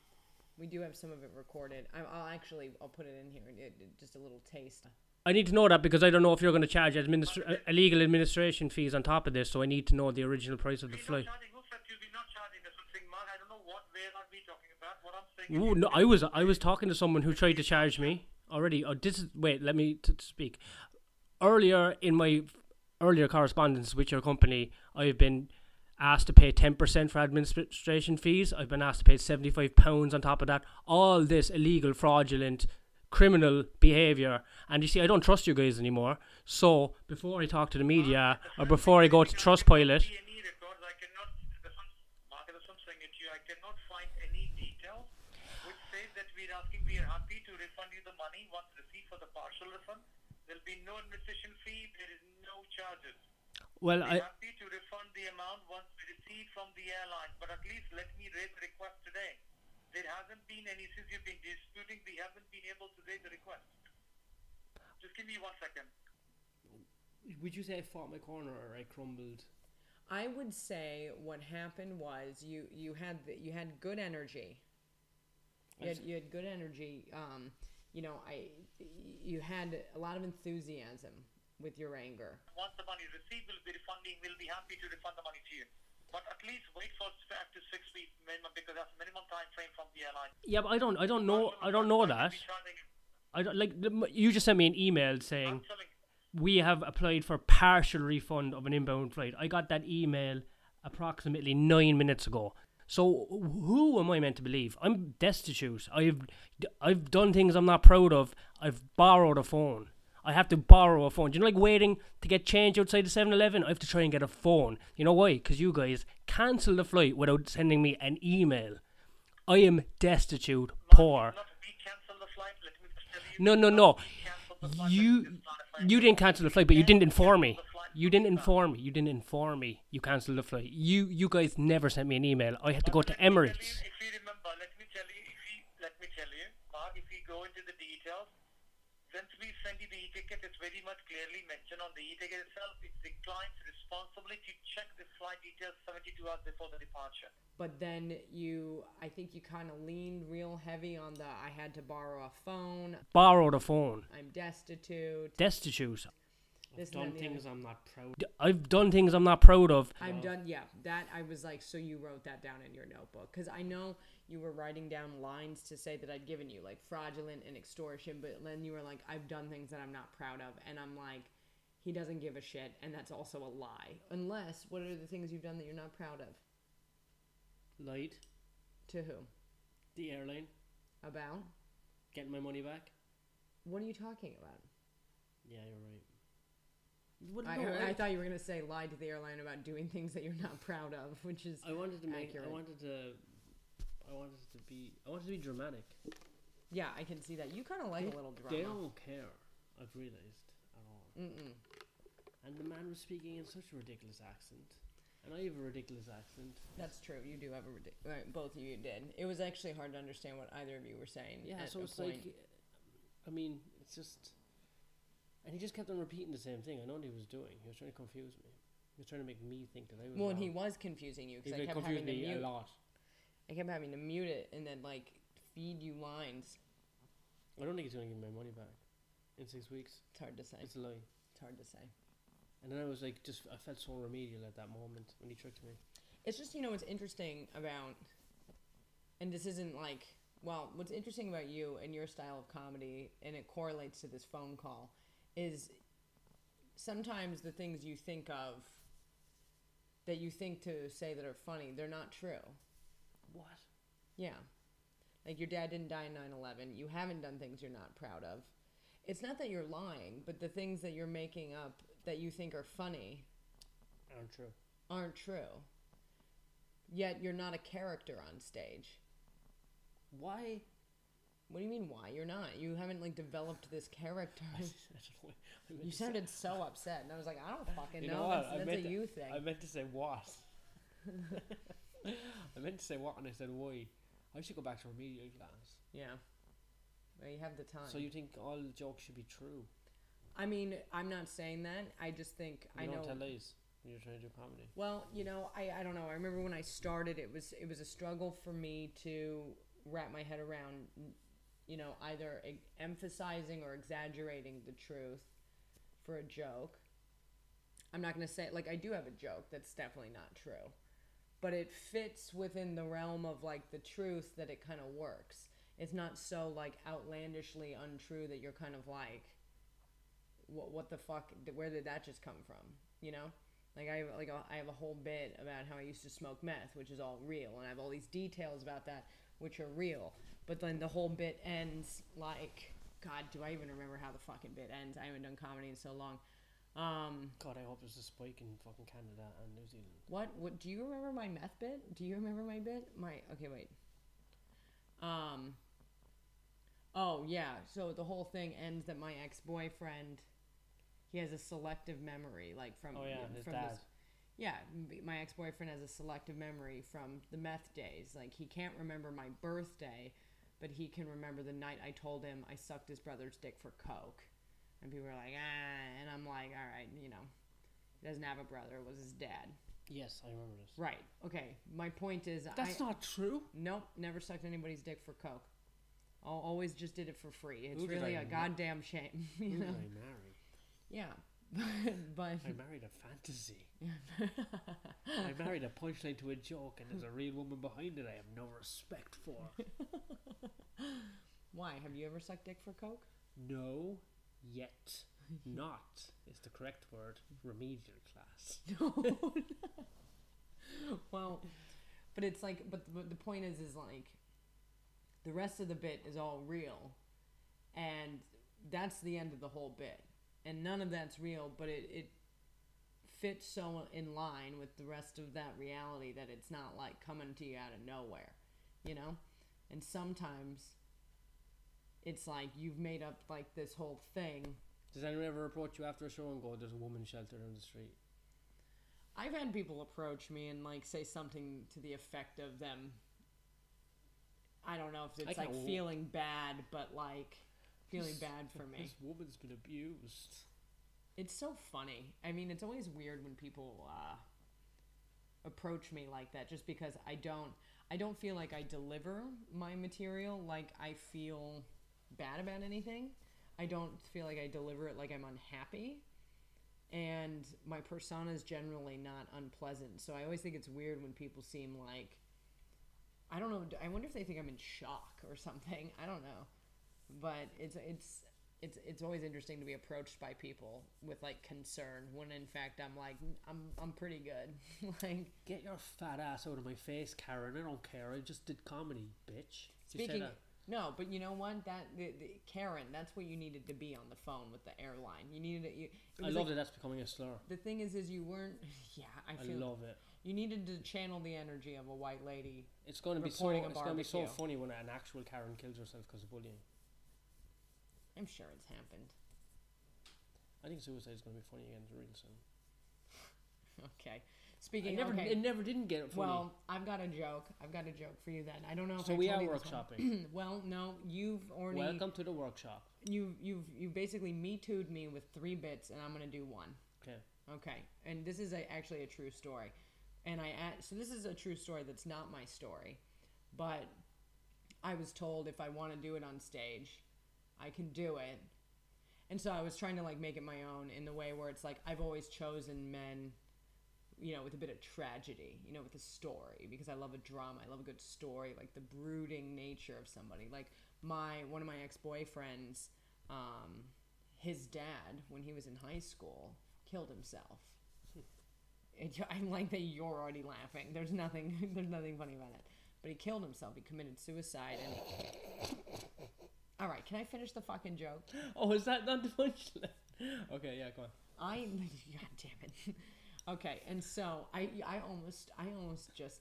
Speaker 1: we do have some of it recorded. I, I'll actually, I'll put it in here, it, it- just a little taste.
Speaker 2: I need to know that because I don't know if you're going to charge administra- uh, illegal administration fees on top of this, so I need to know the original price of the
Speaker 3: We're
Speaker 2: flight.
Speaker 3: not charging. Who said you'll be not charging us something, Mark? I don't know what way are we talking about. What I'm saying
Speaker 2: Ooh,
Speaker 3: is
Speaker 2: no, I was I was talking to someone who tried to charge me already. Oh, this is wait. Let me t- speak. Earlier in my earlier correspondence with your company, I have been asked to pay ten percent for administration fees. I've been asked to pay seventy five pounds on top of that. All this illegal, fraudulent, criminal behaviour. And you see, I don't trust you guys anymore. So before I talk to the media or before I go to Trustpilot,
Speaker 3: see any E records. I cannot. there's some- Mark, there's something at you. I cannot find any details which says that we're asking. We are happy to refund you the money once received for the partial refund. There'll be no administration fee. There is no charges.
Speaker 2: well,
Speaker 3: We're
Speaker 2: I.
Speaker 3: happy to refund the amount once we receive from the airline, but at least let me raise the request today. There hasn't been any since you've been disputing. We haven't been able to raise the request. Just give me one second.
Speaker 2: Would you say I fought my corner or I crumbled?
Speaker 1: I would say what happened was you you had the, you had good energy. You had, you had good energy. Um, you know, I you had a lot of enthusiasm with your anger.
Speaker 3: Once the money is received, we'll be refunding. We'll be happy to refund the money to you, but at least wait for five to six weeks minimum because that's the minimum time frame from the airline.
Speaker 2: Yeah, but I don't. I don't know. I don't know
Speaker 3: We'll
Speaker 2: that.
Speaker 3: be charging-
Speaker 4: I don't like the m- you just sent me an email saying
Speaker 3: I'm telling you.
Speaker 4: we have applied for partial refund of an inbound flight. I got that email approximately nine minutes ago. So who am I meant to believe? I'm destitute. I've I've done things I'm not proud of. I've borrowed a phone. I have to borrow a phone. Do you know, like waiting to get change outside the 7-Eleven? I have to try and get a phone. You know why? Because you guys cancelled the flight without sending me an email. I am destitute, poor.
Speaker 3: Not we cancel the flight. Let me just tell you.
Speaker 4: No, no,
Speaker 3: not
Speaker 4: no.
Speaker 3: we cancel the flight, let
Speaker 4: You
Speaker 3: me just clarify.
Speaker 4: you didn't cancel the flight, but you didn't inform me. You didn't inform me. You didn't inform me. You cancelled the flight. You you guys never sent me an email. I had to go to
Speaker 3: Let me tell you,
Speaker 4: Emirates.
Speaker 3: If you remember, let me tell you. If you let me tell you, Mark, if you go into the details, once we send you the e-ticket, it's very much clearly mentioned on the e-ticket itself. It's the client's responsibility to check the flight details 72 hours before the departure.
Speaker 1: But then you, I think you kind of leaned real heavy on the I had to borrow a phone,
Speaker 4: Borrowed a phone.
Speaker 1: I'm destitute,
Speaker 4: Destitute.
Speaker 1: this and that
Speaker 2: Done
Speaker 1: and the other.
Speaker 2: things I'm not proud.
Speaker 4: D- I've done things I'm not proud of.
Speaker 1: I'm done. Yeah, that I was like, so you wrote that down in your notebook because I know you were writing down lines to say that I'd given you like fraudulent and extortion, but then you were like, I've done things that I'm not proud of, and I'm like, he doesn't give a shit, and that's also a lie. Unless, what are the things you've done that you're not proud of?
Speaker 2: Lied.
Speaker 1: To who?
Speaker 2: The airline.
Speaker 1: About?
Speaker 2: Getting my money back.
Speaker 1: What are you talking about?
Speaker 2: Yeah, you're right.
Speaker 1: I, I, I thought you were gonna say lie to the airline about doing things that you're not proud of, which is
Speaker 2: I wanted to make.
Speaker 1: accurate.
Speaker 2: I wanted to. I wanted to be. I wanted to be dramatic.
Speaker 1: yeah, I can see that. You kind of like a little
Speaker 2: They
Speaker 1: drama.
Speaker 2: don't care. I've realized at all.
Speaker 1: Mm-mm.
Speaker 2: And the man was speaking in such a ridiculous accent, and I have a ridiculous accent.
Speaker 1: That's true. You do have a ridiculous. Right, both of you did. It was actually hard to understand what either of you were saying.
Speaker 2: Yeah,
Speaker 1: at
Speaker 2: so
Speaker 1: a
Speaker 2: it's
Speaker 1: point.
Speaker 2: like, I mean, it's just, and he just kept on repeating the same thing. I know what he was doing. He was trying to confuse me. He was trying to make me think that I was.
Speaker 1: Well, and
Speaker 2: wrong.
Speaker 1: he was confusing you
Speaker 2: He
Speaker 1: because I
Speaker 2: like,
Speaker 1: kept
Speaker 2: confused
Speaker 1: having to
Speaker 2: me a
Speaker 1: mute.
Speaker 2: lot.
Speaker 1: I kept having to mute it and then like feed you lines.
Speaker 2: I don't think he's gonna give me my money back in six weeks.
Speaker 1: It's hard to say.
Speaker 2: It's a lie.
Speaker 1: It's hard to say.
Speaker 2: And then I was like, just I felt so remedial at that moment when he tricked me.
Speaker 1: It's just you know what's interesting about, and this isn't like well, what's interesting about you and your style of comedy, and it correlates to this phone call, is sometimes the things you think of that you think to say that are funny, they're not true.
Speaker 2: What?
Speaker 1: Yeah. Like your dad didn't die in 9 11. You haven't done things you're not proud of. It's not that you're lying, but the things that you're making up that you think are funny
Speaker 2: Aren't true.
Speaker 1: aren't true. Yet you're not a character on stage.
Speaker 2: Why?
Speaker 1: What do you mean, why? You're not. You haven't, like, developed this character.
Speaker 2: I don't know. I meant
Speaker 1: You
Speaker 2: to say-
Speaker 1: sounded so upset. And I was like, I don't fucking
Speaker 2: You
Speaker 1: know.
Speaker 2: know what? I
Speaker 1: That's, that's
Speaker 2: meant
Speaker 1: a
Speaker 2: to-
Speaker 1: you thing.
Speaker 2: I meant to say what. I meant to say what, and I said why. I should go back to remedial class.
Speaker 1: yeah. Well, you have the time.
Speaker 2: So you think all jokes should be true?
Speaker 1: I mean, I'm not saying that. I just think
Speaker 2: You
Speaker 1: I
Speaker 2: don't
Speaker 1: know.
Speaker 2: tell lies when you're trying to do comedy.
Speaker 1: Well, you know, I, I don't know. I remember when I started, it was it was a struggle for me to wrap my head around, you know, either e- emphasizing or exaggerating the truth for a joke. I'm not gonna say like I do have a joke that's definitely not true, but it fits within the realm of like the truth that it kind of works. It's not so like outlandishly untrue that you're kind of like, what what the fuck? Where did that just come from? You know. Like I have like a, I have a whole bit about how I used to smoke meth, which is all real, and I have all these details about that which are real. But then the whole bit ends like God, do I even remember how the fucking bit ends? I haven't done comedy in so long. Um,
Speaker 2: God, I hope there's a spike in fucking Canada and New Zealand.
Speaker 1: what what do you remember my meth bit? Do you remember my bit? My okay, wait. Um. Oh yeah, so the whole thing ends that my ex boyfriend, he has a selective memory, like from
Speaker 2: Oh yeah, his
Speaker 1: from
Speaker 2: dad.
Speaker 1: this- yeah, m- my ex boyfriend has a selective memory from the meth days. Like, he can't remember my birthday, but he can remember the night I told him I sucked his brother's dick for Coke. And people are like, ah, and I'm like, all right, you know, he doesn't have a brother, it was his dad.
Speaker 2: Yes, I remember this.
Speaker 1: Right, okay. My point is,
Speaker 2: That's
Speaker 1: I.
Speaker 2: not true.
Speaker 1: nope, never sucked anybody's dick for Coke. I always just did it for free. It's
Speaker 2: Who did
Speaker 1: really
Speaker 2: I
Speaker 1: a
Speaker 2: kn-
Speaker 1: goddamn shame, you
Speaker 2: Who did
Speaker 1: know?
Speaker 2: I marry?
Speaker 1: Yeah. but.
Speaker 2: I married a fantasy. I married a punchline to a joke, and there's a real woman behind it. I have no respect for.
Speaker 1: Why? Have you ever sucked dick for Coke?
Speaker 2: No, yet not is the correct word. Remedial class.
Speaker 1: No. well, but it's like, but the, but the point is, is like, the rest of the bit is all real, and that's the end of the whole bit, and none of that's real, but it it fits so in line with the rest of that reality that it's not like coming to you out of nowhere, you know, and sometimes. It's like you've made up like this whole thing
Speaker 2: Does anyone ever approach you after a show and go, "There's a woman sheltered on the street"?
Speaker 1: I've had people approach me and like say something to the effect of them. I don't know if
Speaker 2: I
Speaker 1: it's
Speaker 2: can
Speaker 1: like
Speaker 2: w-
Speaker 1: feeling bad, but like feeling bad for me.
Speaker 2: This woman's been abused.
Speaker 1: It's so funny. I mean, it's always weird when people uh, approach me like that, just because I don't, I don't feel like I deliver my material. Like I feel bad about anything. I don't feel like I deliver it like I'm unhappy, and my persona is generally not unpleasant. So I always think it's weird when people seem like, I don't know. I wonder if they think I'm in shock or something. I don't know but it's it's it's it's always interesting to be approached by people with like concern when in fact I'm like I'm I'm pretty good. like
Speaker 2: Get your fat ass out of my face, Karen. I don't care. I just did comedy, bitch. You said uh,
Speaker 1: speaking
Speaker 2: that-
Speaker 1: no, but you know what? That the, the, Karen, that's what you needed to be on the phone with the airline. You needed to, you. it
Speaker 2: I
Speaker 1: was
Speaker 2: love
Speaker 1: like-
Speaker 2: that that's becoming a slur.
Speaker 1: The thing is, is you weren't. Yeah, I
Speaker 2: I
Speaker 1: feel
Speaker 2: love it.
Speaker 1: you needed to channel the energy of a white lady.
Speaker 2: It's going to be so.
Speaker 1: Reporting a
Speaker 2: It's going to be so
Speaker 1: barbecue.
Speaker 2: funny when an actual Karen kills herself because of bullying.
Speaker 1: I'm sure it's happened.
Speaker 2: I think suicide is going to be funny again real soon.
Speaker 1: Okay.
Speaker 2: It
Speaker 1: Speaking.
Speaker 2: never,
Speaker 1: okay.
Speaker 2: it never didn't get funny.
Speaker 1: well, I've got a joke. I've got a joke for you then. I don't know. If
Speaker 2: so
Speaker 1: I
Speaker 2: we
Speaker 1: told
Speaker 2: are
Speaker 1: you this one. Hmm,
Speaker 2: workshopping.
Speaker 1: Well, no, you've already.
Speaker 2: Welcome to the workshop.
Speaker 1: you you've you basically me too'd me with three bits and i'm gonna do one
Speaker 2: Okay.
Speaker 1: okay and this is a, actually a true story and i a- so this is a true story that's not my story but i was told if i want to do it on stage i can do it and so i was trying to like make it my own in the way where it's like i've always chosen men you know, with a bit of tragedy, you know, with a story, because I love a drama. I love a good story, like the brooding nature of somebody. Like my one of my ex boyfriends, um, his dad, when he was in high school, killed himself. It, I like that you're already laughing. There's nothing. There's nothing funny about it. But he killed himself. He committed suicide. And he... all right, can I finish the fucking joke?
Speaker 2: Oh, is that not the punchline? okay, yeah, go on.
Speaker 1: I god damn it. Okay, and so I I almost I almost just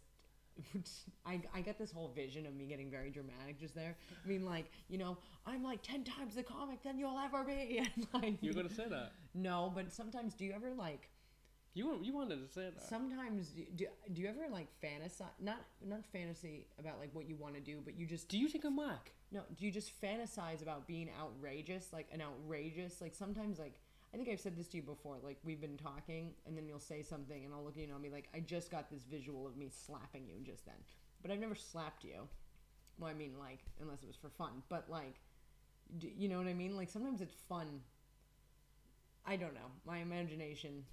Speaker 1: I, I got this whole vision of me getting very dramatic just there. I mean, like you know, I'm like ten times the comic than you'll ever be. And like,
Speaker 2: You're going to say that.
Speaker 1: no, but sometimes do you ever like
Speaker 2: You wa- you wanted to say that.
Speaker 1: sometimes do, do, do you ever like fantasize not not fantasy about like what you want to do, but you just
Speaker 2: Do you think I'm whack?
Speaker 1: No, do you just fantasize about being outrageous? Like an outrageous, like sometimes, like I think I've said this to you before. Like we've been talking, and then you'll say something, and I'll look at you and I'll be like, I just got this visual of me slapping you just then, but I've never slapped you. Well, I mean, like unless it was for fun, but like, d you know what I mean? Like sometimes it's fun. I don't know. My imagination.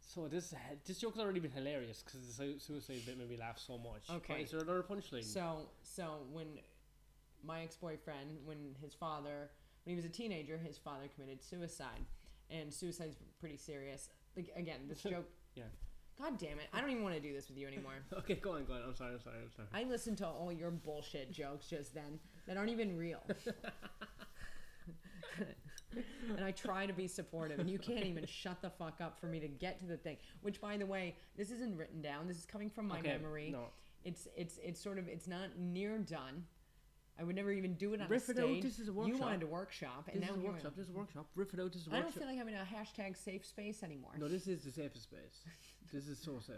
Speaker 2: So this this joke's already been hilarious because the su- suicide bit made me laugh so much. But
Speaker 1: Okay.
Speaker 2: is there another punchline?
Speaker 1: So so when my ex boyfriend, when his father, when he was a teenager, his father committed suicide, and suicide's pretty serious. Like again, this joke.
Speaker 2: Yeah.
Speaker 1: God damn it! I don't even want to do this with you anymore.
Speaker 2: Okay, go on, go on. I'm sorry, I'm sorry, I'm sorry.
Speaker 1: I listened to all your bullshit jokes just then that aren't even real. and I try to be supportive, and you can't even shut the fuck up for me to get to the thing. Which, by the way, this isn't written down. This is coming from my
Speaker 2: Okay,
Speaker 1: memory.
Speaker 2: no.
Speaker 1: It's it's it's sort of it's not near done. I would never even do it on
Speaker 2: Riff
Speaker 1: a
Speaker 2: it out,
Speaker 1: stage.
Speaker 2: this is a
Speaker 1: You
Speaker 2: workshop.
Speaker 1: wanted a workshop, and
Speaker 2: This
Speaker 1: now
Speaker 2: is a
Speaker 1: here I
Speaker 2: workshop.
Speaker 1: am.
Speaker 2: This is a workshop. Riff it out. This is a
Speaker 1: I don't
Speaker 2: workshop.
Speaker 1: feel like I'm in a hashtag safe space anymore.
Speaker 2: No, this is the safest space. This is so safe.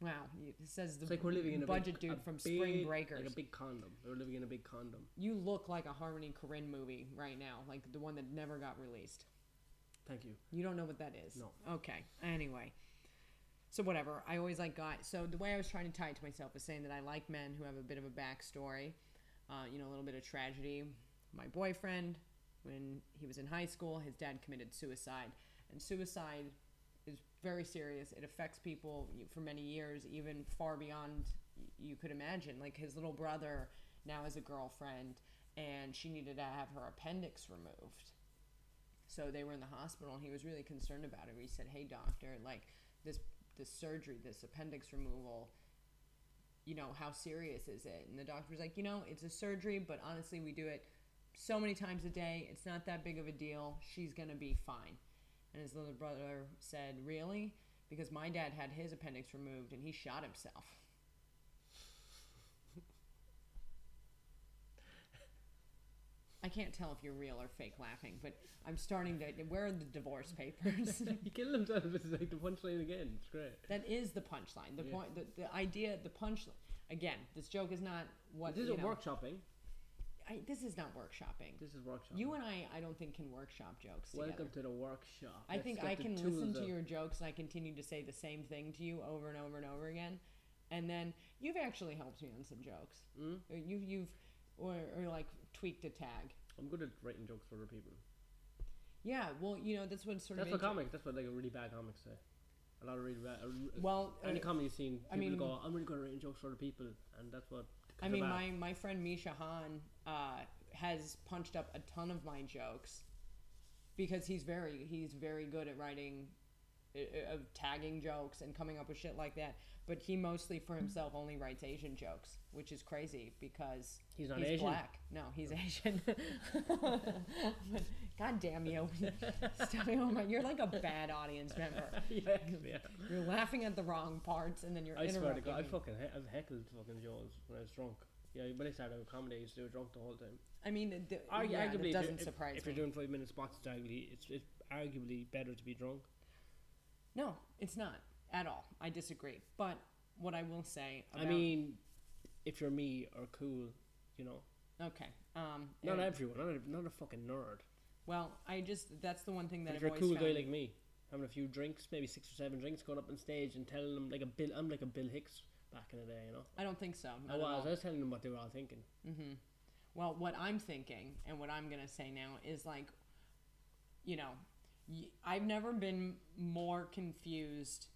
Speaker 1: Wow, you, it says the
Speaker 2: It's like we're living in a
Speaker 1: Mm-hmm. budget
Speaker 2: big,
Speaker 1: dude
Speaker 2: a
Speaker 1: from
Speaker 2: big-
Speaker 1: Spring Breakers.
Speaker 2: like a big condom. We're living in a big condom.
Speaker 1: You look like a Harmony Korine movie right now, like the one that never got released.
Speaker 2: Thank you.
Speaker 1: You don't know what that is.
Speaker 2: No.
Speaker 1: Okay. Anyway. So whatever. I always like got so the way I was trying to tie it to myself was saying that I like men who have a bit of a backstory, uh, you know, a little bit of tragedy. My boyfriend, when he was in high school, his dad committed suicide, and suicide is very serious. It affects people for many years, even far beyond y- you could imagine. Like his little brother now has a girlfriend, and she needed to have her appendix removed. So they were in the hospital, and he was really concerned about it. He said, "Hey, doctor, like this this surgery, this appendix removal." You know, how serious is it? And the doctor was like, you know, it's a surgery, but honestly, we do it so many times a day. It's not that big of a deal. She's going to be fine. And his little brother said, Really? Because my dad had his appendix removed and he shot himself. I can't tell if you're real or fake laughing, but I'm starting to. Where are the divorce papers?
Speaker 2: he killed himself. It's like the punchline again. It's great.
Speaker 1: that is the punchline. The point, the, the idea, the punchline. Again, this joke is not what
Speaker 2: This
Speaker 1: you
Speaker 2: is
Speaker 1: know,
Speaker 2: workshopping.
Speaker 1: I, this is not workshopping.
Speaker 2: This is workshopping.
Speaker 1: You and I, I don't think can workshop jokes. together.
Speaker 2: Welcome to the workshop.
Speaker 1: I
Speaker 2: Let's
Speaker 1: think
Speaker 2: get
Speaker 1: I
Speaker 2: the
Speaker 1: can
Speaker 2: tools
Speaker 1: listen to
Speaker 2: out.
Speaker 1: your jokes and I continue to say the same thing to you over and over and over again. And then you've actually helped me on some jokes.
Speaker 2: Hmm?
Speaker 1: Mm? You, you've, or, or like tweaked a tag.
Speaker 2: I'm good at writing jokes for other people.
Speaker 1: Yeah, well, you know, that's what sort
Speaker 2: That's
Speaker 1: of.
Speaker 2: what comics. That's what like a really bad comics say. A lot of really bad. a-
Speaker 1: Well,
Speaker 2: any
Speaker 1: uh,
Speaker 2: comedy scene, people
Speaker 1: I mean-
Speaker 2: go, "I'm really good at writing jokes for other people," and that's what.
Speaker 1: I mean, my, my friend Misha Han uh, has punched up a ton of my jokes because he's very he's very good at writing, uh, uh, of tagging jokes and coming up with shit like that. But he mostly for himself only writes Asian jokes, which is crazy because
Speaker 2: He's not Asian?
Speaker 1: black. No, he's Asian. but, God damn you! Stop- oh my- you're like a bad audience member.
Speaker 2: yeah, yeah.
Speaker 1: You're laughing at the wrong parts, and then you're
Speaker 2: I swear to
Speaker 1: interrupting.
Speaker 2: God, I
Speaker 1: me.
Speaker 2: fucking he- I've heckled fucking Jaws when I was drunk. Yeah, when I started with comedy, I used to do it drunk the whole time.
Speaker 1: I mean, it, d-
Speaker 2: Argu-
Speaker 1: Uh, yeah,
Speaker 2: arguably,
Speaker 1: it
Speaker 2: if you're-
Speaker 1: doesn't
Speaker 2: if,
Speaker 1: surprise
Speaker 2: if
Speaker 1: me.
Speaker 2: you're doing five minute spots, it's arguably it's, it's arguably better to be drunk.
Speaker 1: No, it's not at all. I disagree. But what I will say, about,
Speaker 2: I mean, if you're me or cool, you know,
Speaker 1: okay, um,
Speaker 2: not
Speaker 1: and-
Speaker 2: everyone, not a, not a fucking nerd.
Speaker 1: well, I just that's the one thing that
Speaker 2: But if
Speaker 1: I've
Speaker 2: you're a
Speaker 1: always
Speaker 2: cool
Speaker 1: found.
Speaker 2: guy like me, having a few drinks, maybe six or seven drinks, going up on stage and telling them like a Bill, I'm like a Bill Hicks back in the day, you know.
Speaker 1: I don't think so.
Speaker 2: I
Speaker 1: not at
Speaker 2: was,
Speaker 1: all.
Speaker 2: I was telling them what they were all thinking.
Speaker 1: Well, what I'm thinking and what I'm gonna say now is like, you know, y- I've never been more confused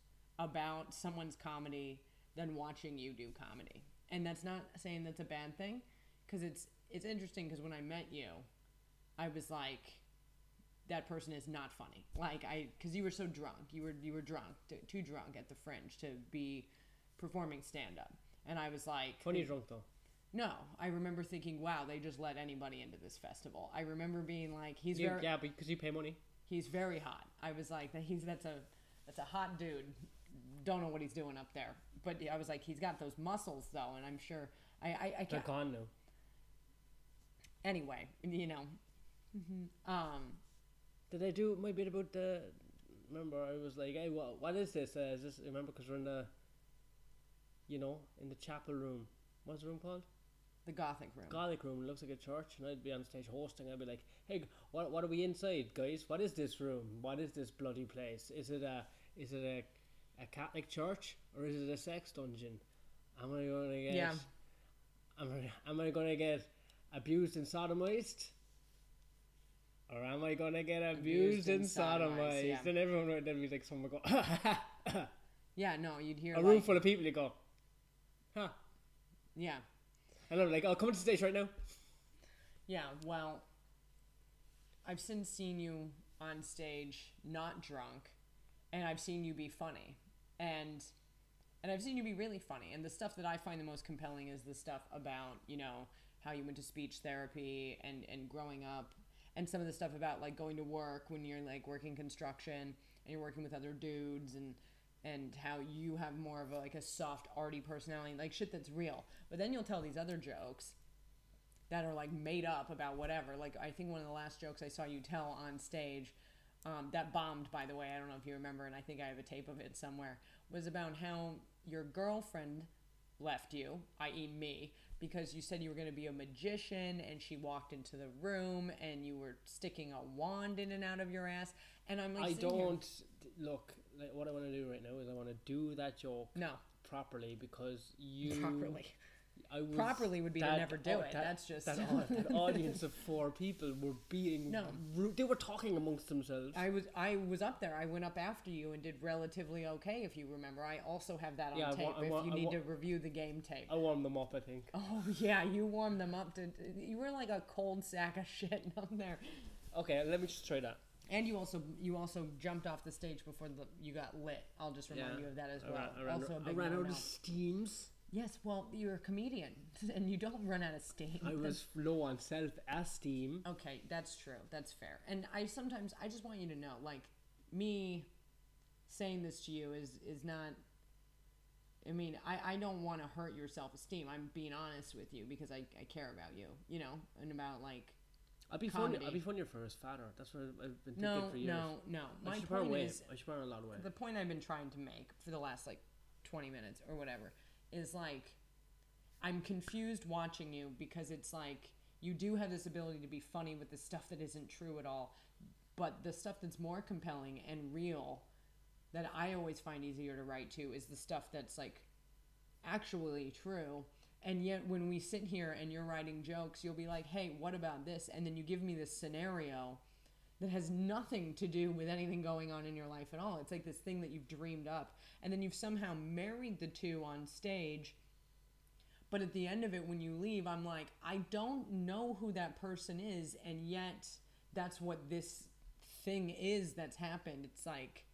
Speaker 1: about someone's comedy than watching you do comedy, and that's not saying that's a bad thing, because it's it's interesting because when I met you, I was like. that person is not funny. Like I, because you were so drunk, you were you were drunk, t- too drunk at the fringe to be performing stand up. And I was like,
Speaker 2: Funny drunk though.
Speaker 1: No, I remember thinking, wow, they just let anybody into this festival. I remember being like, he's
Speaker 2: You,
Speaker 1: very
Speaker 2: yeah, because you pay money.
Speaker 1: he's very hot. I was like, that he's that's a that's a hot dude. Don't know what he's doing up there, but I was like, he's got those muscles though, and I'm sure I I, I
Speaker 2: They're
Speaker 1: can't
Speaker 2: gone now.
Speaker 1: anyway. You know, um,
Speaker 2: Did I do my bit about the? Remember, I was like, "Hey, what? What is this? Uh, is this remember? Because we're in the, you know, in the chapel room. What's the room called?
Speaker 1: the gothic room.
Speaker 2: Gothic room. It looks like a church." And I'd be on stage hosting. I'd be like, "Hey, what? What are we inside, guys? What is this room? What is this bloody place? Is it a? Is it a, a Catholic church or is it a sex dungeon? Am I gonna get?
Speaker 1: Yeah.
Speaker 2: Am I, am I gonna get abused and sodomized? Or am I gonna get
Speaker 1: Abused
Speaker 2: abused,
Speaker 1: and
Speaker 2: and sodomized?
Speaker 1: sodomized, yeah.
Speaker 2: Then everyone would then be like, someone would go,
Speaker 1: yeah, no, you'd hear
Speaker 2: a room
Speaker 1: like,
Speaker 2: full of people. You go, huh?
Speaker 1: yeah,
Speaker 2: And I'm like, oh, come to the stage right now.
Speaker 1: Yeah, well, I've since seen you on stage not drunk, and I've seen you be funny, and and I've seen you be really funny. And the stuff that I find the most compelling is the stuff about you know how you went to speech therapy and and growing up, and some of the stuff about like going to work when you're like working construction and you're working with other dudes and and how you have more of a, like a soft arty personality like shit that's real but then you'll tell these other jokes that are like made up about whatever. Like I think one of the last jokes I saw you tell on stage, um, that bombed by the way. I don't know if you remember, and I think I have a tape of it somewhere. Was about how your girlfriend left you, i.e., me, because you said you were going to be a magician, and she walked into the room, and you were sticking a wand in and out of your ass. And I'm like,
Speaker 2: I
Speaker 1: sitting here-
Speaker 2: don't look. Like, what I want to do right now is I want to do that joke
Speaker 1: No,
Speaker 2: properly because you
Speaker 1: properly.
Speaker 2: I was,
Speaker 1: Properly would be to never do
Speaker 2: au-
Speaker 1: it. That's just-
Speaker 2: that, au- that audience of four people were being
Speaker 1: No.
Speaker 2: rude. They were talking amongst themselves.
Speaker 1: I was I was up there. I went up after you and did relatively okay, if you remember. I also have that on
Speaker 2: Yeah, I
Speaker 1: tape.
Speaker 2: wa- I
Speaker 1: if
Speaker 2: wa-
Speaker 1: you
Speaker 2: I
Speaker 1: need
Speaker 2: wa-
Speaker 1: to review the game tape.
Speaker 2: I warmed them up. I think.
Speaker 1: Oh yeah, you warmed them up. To you were like a cold sack of shit up there,
Speaker 2: Okay, let me just try that.
Speaker 1: and you also you also jumped off the stage before the, you got lit. I'll just remind you of that as
Speaker 2: I
Speaker 1: well.
Speaker 2: ran, I ran,
Speaker 1: also a
Speaker 2: I
Speaker 1: big
Speaker 2: ran out
Speaker 1: no-no.
Speaker 2: of steams.
Speaker 1: Yes, well, you're a comedian, and you don't run out of steam.
Speaker 2: I
Speaker 1: That's-
Speaker 2: was low on self-esteem.
Speaker 1: Okay, that's true. That's fair. And I sometimes I just want you to know, like me saying this to you is is not I mean, I, I don't want to hurt your self esteem. I'm being honest with you because I, I care about you, you know, and about like
Speaker 2: I'd be funny. I'd
Speaker 1: Comedy.
Speaker 2: be funnier for his fatter. That's what I've- I've been thinking
Speaker 1: No,
Speaker 2: for years.
Speaker 1: no, no.
Speaker 2: I
Speaker 1: My
Speaker 2: should burn
Speaker 1: point
Speaker 2: weight.
Speaker 1: is
Speaker 2: I should burn a lot of weight.
Speaker 1: the point I've been trying to make for the last like 20 minutes or whatever is like I'm confused watching you because it's like you do have this ability to be funny with the stuff that isn't true at all, but the stuff that's more compelling and real that I always find easier to write to is the stuff that's like actually true. And yet, when we sit here and you're writing jokes, you'll be like, hey, what about this? And then you give me this scenario that has nothing to do with anything going on in your life at all. It's like this thing that you've dreamed up. And then you've somehow married the two on stage. But at the end of it, when you leave, I'm like, I don't know who that person is. And yet, that's what this thing is that's happened. It's like,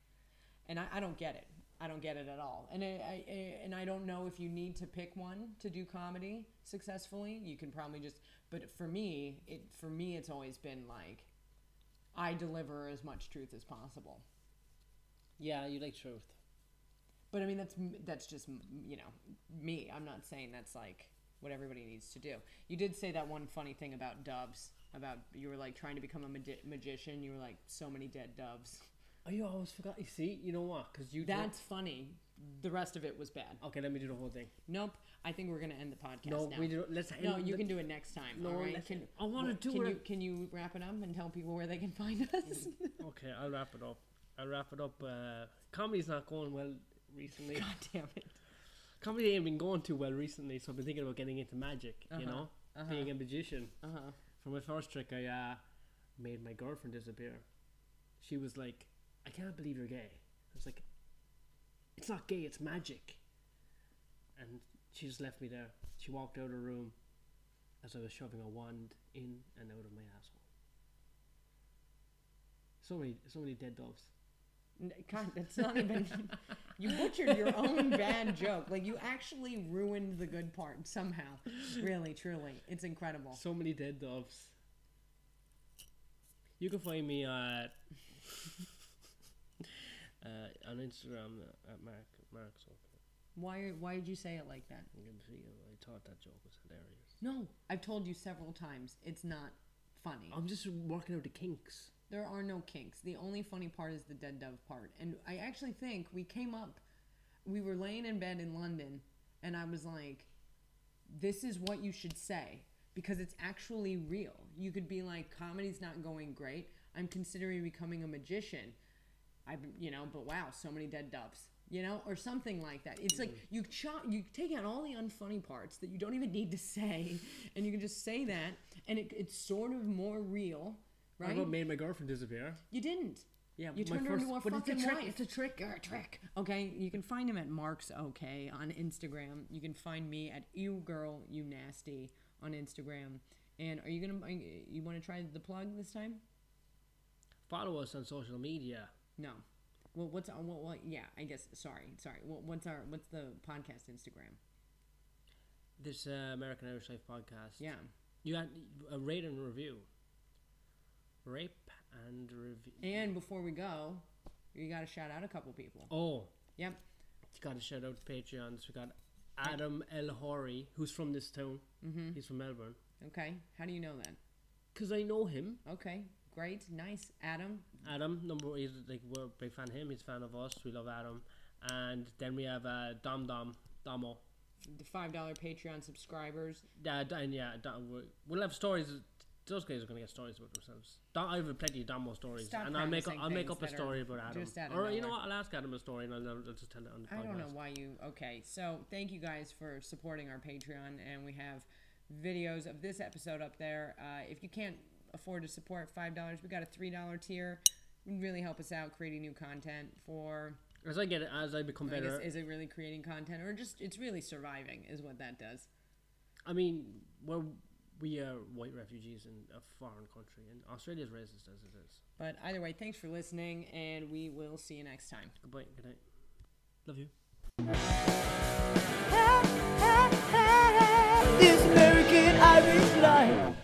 Speaker 1: and I, I don't get it. I don't get it at all. And I, I, I and I don't know if you need to pick one to do comedy successfully. You can probably just. But for me, it for me, it's always been like, I deliver as much truth as possible.
Speaker 2: yeah, you like truth.
Speaker 1: But I mean, that's m- that's just m- you know me. I'm not saying that's like what everybody needs to do. You did say that one funny thing about doves. About you were like trying to become a magi- magician. You were like so many dead doves.
Speaker 2: Oh, you always forgot. You see, you know what? Because you. don't-
Speaker 1: That's funny. The rest of it was bad.
Speaker 2: okay. Let me do the whole thing.
Speaker 1: Nope. I think we're gonna end the podcast
Speaker 2: no,
Speaker 1: now.
Speaker 2: we do. Let's.
Speaker 1: No,
Speaker 2: end
Speaker 1: you
Speaker 2: the-
Speaker 1: can do it next time.
Speaker 2: No,
Speaker 1: all right?
Speaker 2: let's-
Speaker 1: Can,
Speaker 2: I wanna
Speaker 1: wh-
Speaker 2: do
Speaker 1: can
Speaker 2: it.
Speaker 1: You, can you wrap it up and tell people where they can find us?
Speaker 2: Okay, I'll wrap it up. I'll wrap it up. Uh, comedy's not going well recently.
Speaker 1: God damn it.
Speaker 2: Comedy ain't been going too well recently, so I've been thinking about getting into magic.
Speaker 1: Uh-huh,
Speaker 2: You know, being a magician.
Speaker 1: Uh huh.
Speaker 2: For my first trick, I uh, made my girlfriend disappear. She was like, "I can't believe you're gay." I was like, "It's not gay. It's magic." And she just left me there. She walked out of the room as I was shoving a wand in and out of my asshole. So many, so many dead doves.
Speaker 1: N- God, that's not even. you butchered your own bad joke. Like you actually ruined the good part somehow. Really, truly, it's incredible.
Speaker 2: So many dead doves. You can find me at uh, on Instagram at Mark Mark Zuckerberg.
Speaker 1: Why? Why did you say it like that?
Speaker 2: I'm gonna see you. I thought that joke was hilarious.
Speaker 1: No, I've told you several times. It's not funny.
Speaker 2: I'm just working out the kinks.
Speaker 1: There are no kinks. The only funny part is the dead dove part. And I actually think we came up, we were laying in bed in London, and I was like, this is what you should say because it's actually real. You could be like, comedy's not going great. I'm considering becoming a magician. I, you know, but wow, so many dead doves, you know, or something like that. It's like you chop, you take out all the unfunny parts that you don't even need to say, and you can just say that, and it, it's sort of more real,
Speaker 2: I
Speaker 1: right?
Speaker 2: about made my girlfriend disappear.
Speaker 1: You didn't.
Speaker 2: Yeah,
Speaker 1: you
Speaker 2: my
Speaker 1: turned her
Speaker 2: first-
Speaker 1: into a
Speaker 2: but it's a
Speaker 1: fucking
Speaker 2: trick,
Speaker 1: wife.
Speaker 2: it's
Speaker 1: a trick. You're a trick. Okay, you can find him at Mark's Okay on Instagram. You can find me at You Girl You Nasty on Instagram. And are you gonna? You want to try the plug this time?
Speaker 2: Follow us on social media.
Speaker 1: No. Well, what's on what? What? Yeah, I guess. Sorry, sorry. Well, what's our? What's the podcast Instagram?
Speaker 2: This uh, American Irish Life podcast.
Speaker 1: Yeah.
Speaker 2: you had a rate and review. Rape and review.
Speaker 1: And before we go, you got to shout out a couple people.
Speaker 2: oh,
Speaker 1: Yep.
Speaker 2: got to shout out to Patreons. We got Adam El Hori, who's from this town. Mm-hmm. He's from Melbourne.
Speaker 1: Okay. How do you know that?
Speaker 2: Cause I know him.
Speaker 1: Okay. Great. Nice. Adam.
Speaker 2: Adam, number he's like we're a big fan of him. He's a fan of us. We love Adam. And then we have uh, Dom Dom Domo.
Speaker 1: The five dollar Patreon subscribers.
Speaker 2: Yeah, d- and yeah, d- we'll have stories those guys are going to get stories about themselves. Don, I have plenty of Damo stories,
Speaker 1: Stop
Speaker 2: and I'll make up,
Speaker 1: practicing
Speaker 2: I'll make
Speaker 1: things
Speaker 2: up a
Speaker 1: that are
Speaker 2: story about Adam,
Speaker 1: just out of
Speaker 2: or you know
Speaker 1: nowhere.
Speaker 2: what? I'll ask Adam a story, and I'll, I'll just tell it on the
Speaker 1: I
Speaker 2: podcast.
Speaker 1: don't know why you. Okay, so thank you guys for supporting our Patreon, and we have videos of this episode up there. Uh, if you can't afford to support five dollars, we got a three dollar tier. Would really help us out creating new content for.
Speaker 2: As I get it, as I become
Speaker 1: I guess
Speaker 2: better,
Speaker 1: is it really creating content or just it's really surviving is what that does.
Speaker 2: I mean, we're we are white refugees in a foreign country, and Australia's racist as it is.
Speaker 1: But either way, thanks for listening, and we will see you next time.
Speaker 2: Goodbye. Good night. Love you.
Speaker 5: This American Irish life.